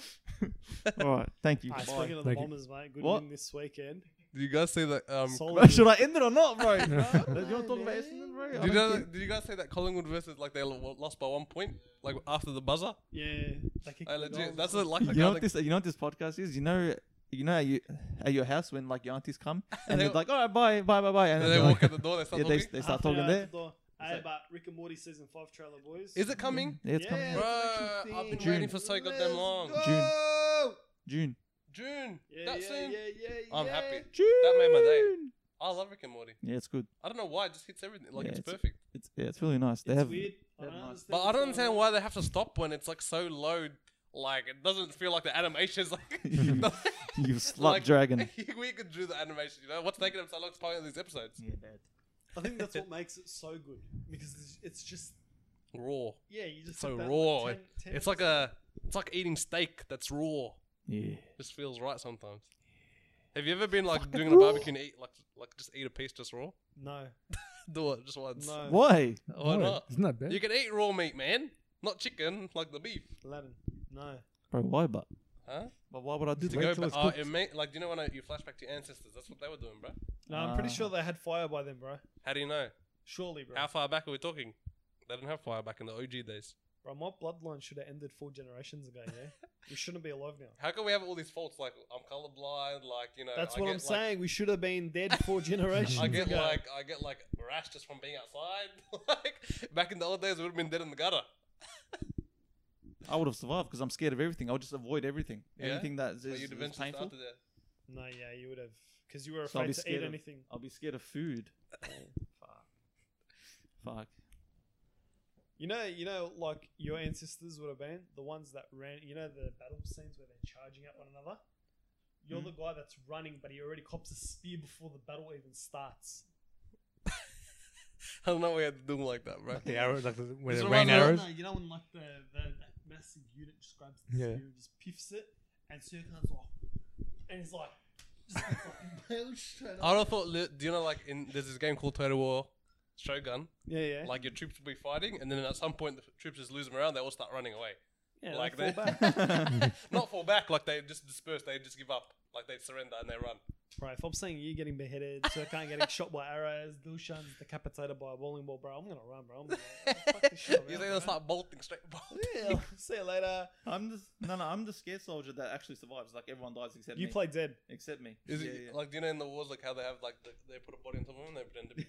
All right. Thank you.
Ah,
Bye.
speaking of the
Thank you.
bombers, mate, good
What?
win this weekend.
Do you guys see that? Um,
Solid.
Should I end it or not, bro? Do you want to
No,
talk about
man.
Essendon, bro? I
Did you,
don't
guys,
care.
did you guys say that Collingwood versus like they lo- lost by one point, like after the buzzer?
Yeah, they kicked
I
the
legit,
goals.
that's a, like the
You know
kind
what
of-
this? You know what this podcast is? You know, you know, at, you, at your house when like your aunties come and they're like, "All right, bye, bye, bye, bye,"
and
and then
they
they're
walk at
like-
the door. They start
yeah, they,
talking.
they start
Half an
talking
hour out
there.
the door. Hey, but Rick and Morty season five trailer, boys.
Is it coming?
Yeah, it's
Yeah.
coming.
Bro,
It's
I've been
June.
waiting for so goddamn long.
June. June.
June.
Yeah,
that
yeah,
soon.
yeah, yeah,
I'm
yeah.
happy.
June.
That made my day. I love Rick and Morty.
Yeah, it's good.
I don't know why. It just hits everything. Like
Yeah,
it's,
it's-
perfect.
It's yeah, it's really nice. They
It's
have
weird. I
they have
don't
nice-
understand
But I
what's
don't understand
going
why they have to stop when it's like so low. Like it doesn't feel like the animation's like.
you, you slut dragon.
we could do the animation. You know what's taking them so long to play all these episodes?
Yeah, bad.
on. I think that's what makes it so good because it's- it's just
Raw.
yeah, you just
So
have that,
raw.
Like 10, 10
It's like a. It's like eating steak that's raw.
Yeah.
Just feels right sometimes. Have you ever been like doing a barbecue and eat like like just eat a piece just raw?
no,
Do it just once.
no,
Why?
Why
No,
not?
Isn't that bad?
You can eat raw meat, man. Not chicken, like the beef.
Aladdin, no.
Bro, why but?
Huh?
But why would I do
To go back, uh, it may, like, do you know when I, you flashback to your ancestors? That's what they were doing, bro.
No, I'm pretty
Ah.
sure they had fire by then, bro.
How do you know?
Surely, bro.
How far back are we talking? They didn't have fire back in the OG days.
Bro, my bloodline should have ended four generations ago. Yeah, we shouldn't be alive now.
How can we have all these faults? Like, I'm colorblind. Like, you know,
That's
Uh, I
what
get,
I'm
like-
saying. We should have been dead four generations
I get
ago.
like I get like rash just from being outside. like back in the old days, we would have been dead in the gutter.
I would have survived because I'm scared of everything. I'll just avoid everything.
Yeah?
Anything that is,
But
is
you'd eventually
painful.
started there.
no, yeah, you would have, because you were
So I'll be
afraid to
scared
eat
of-
anything.
I'll be scared of food. Fuck. Fuck.
You know, you know, like your ancestors would have been the ones that ran. You know the battle scenes where they're charging at one another. You're the guy that's running, but he already cops a spear before the battle even starts.
I don't know why I had to do them like that, bro.
like the arrow, like the, where
This
the
reminds
rain
me of-
arrows.
No, you know when like the, the that massive unit just grabs the
Yeah.
spear and just piffs it, and Sir comes off, and he's like, just like fucking bailed straight
I
up.
would have thought, li- do you know, like in there's this game called Total War Shogun.
Yeah, yeah,
Like your troops will be fighting, and then at some point the troops just lose them around. They all start running away.
yeah,
like
they fall
that.
back.
Not fall back, like they just disperse. They just give up. Like they surrender and they run.
Right, if I'm saying you getting beheaded, Sir Khan getting shot by arrows, Dushan's decapitated by a bowling ball, bro, I'm gonna run, bro. I'm gonna fuck this shit
You
around,
think they'll
bro.
start bolting straight?
Yeah, see you later.
I'm the no no. I'm the scared soldier that actually survives. Like everyone dies except
You
me.
play dead.
except me.
Is
yeah,
it
yeah.
like do you know in the wars like how they have like the, they put a body on top of them and they pretend to be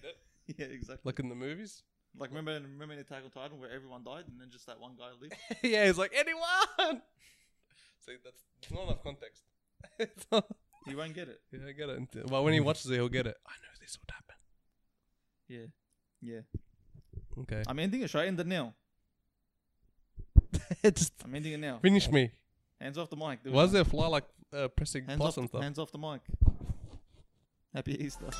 dead,
yeah, exactly.
like in the movies?
Like remember in- remember in Attack on Titan where everyone died and then just that one guy lived.
yeah, he's like anyone. See, that's there's not enough context. It's not-
he won't get it.
yeah, I get it. Until- Well, when he watches it, he'll get it. I know this would happen.
Yeah, yeah.
Okay,
I'm ending it. Should I end it now?
just
I'm ending it now.
finish me.
Hands off the mic. Do it
Why
now.
is there a fly like uh, pressing
Hands
plus
off,
and stuff?
hands off the mic. Happy Easter.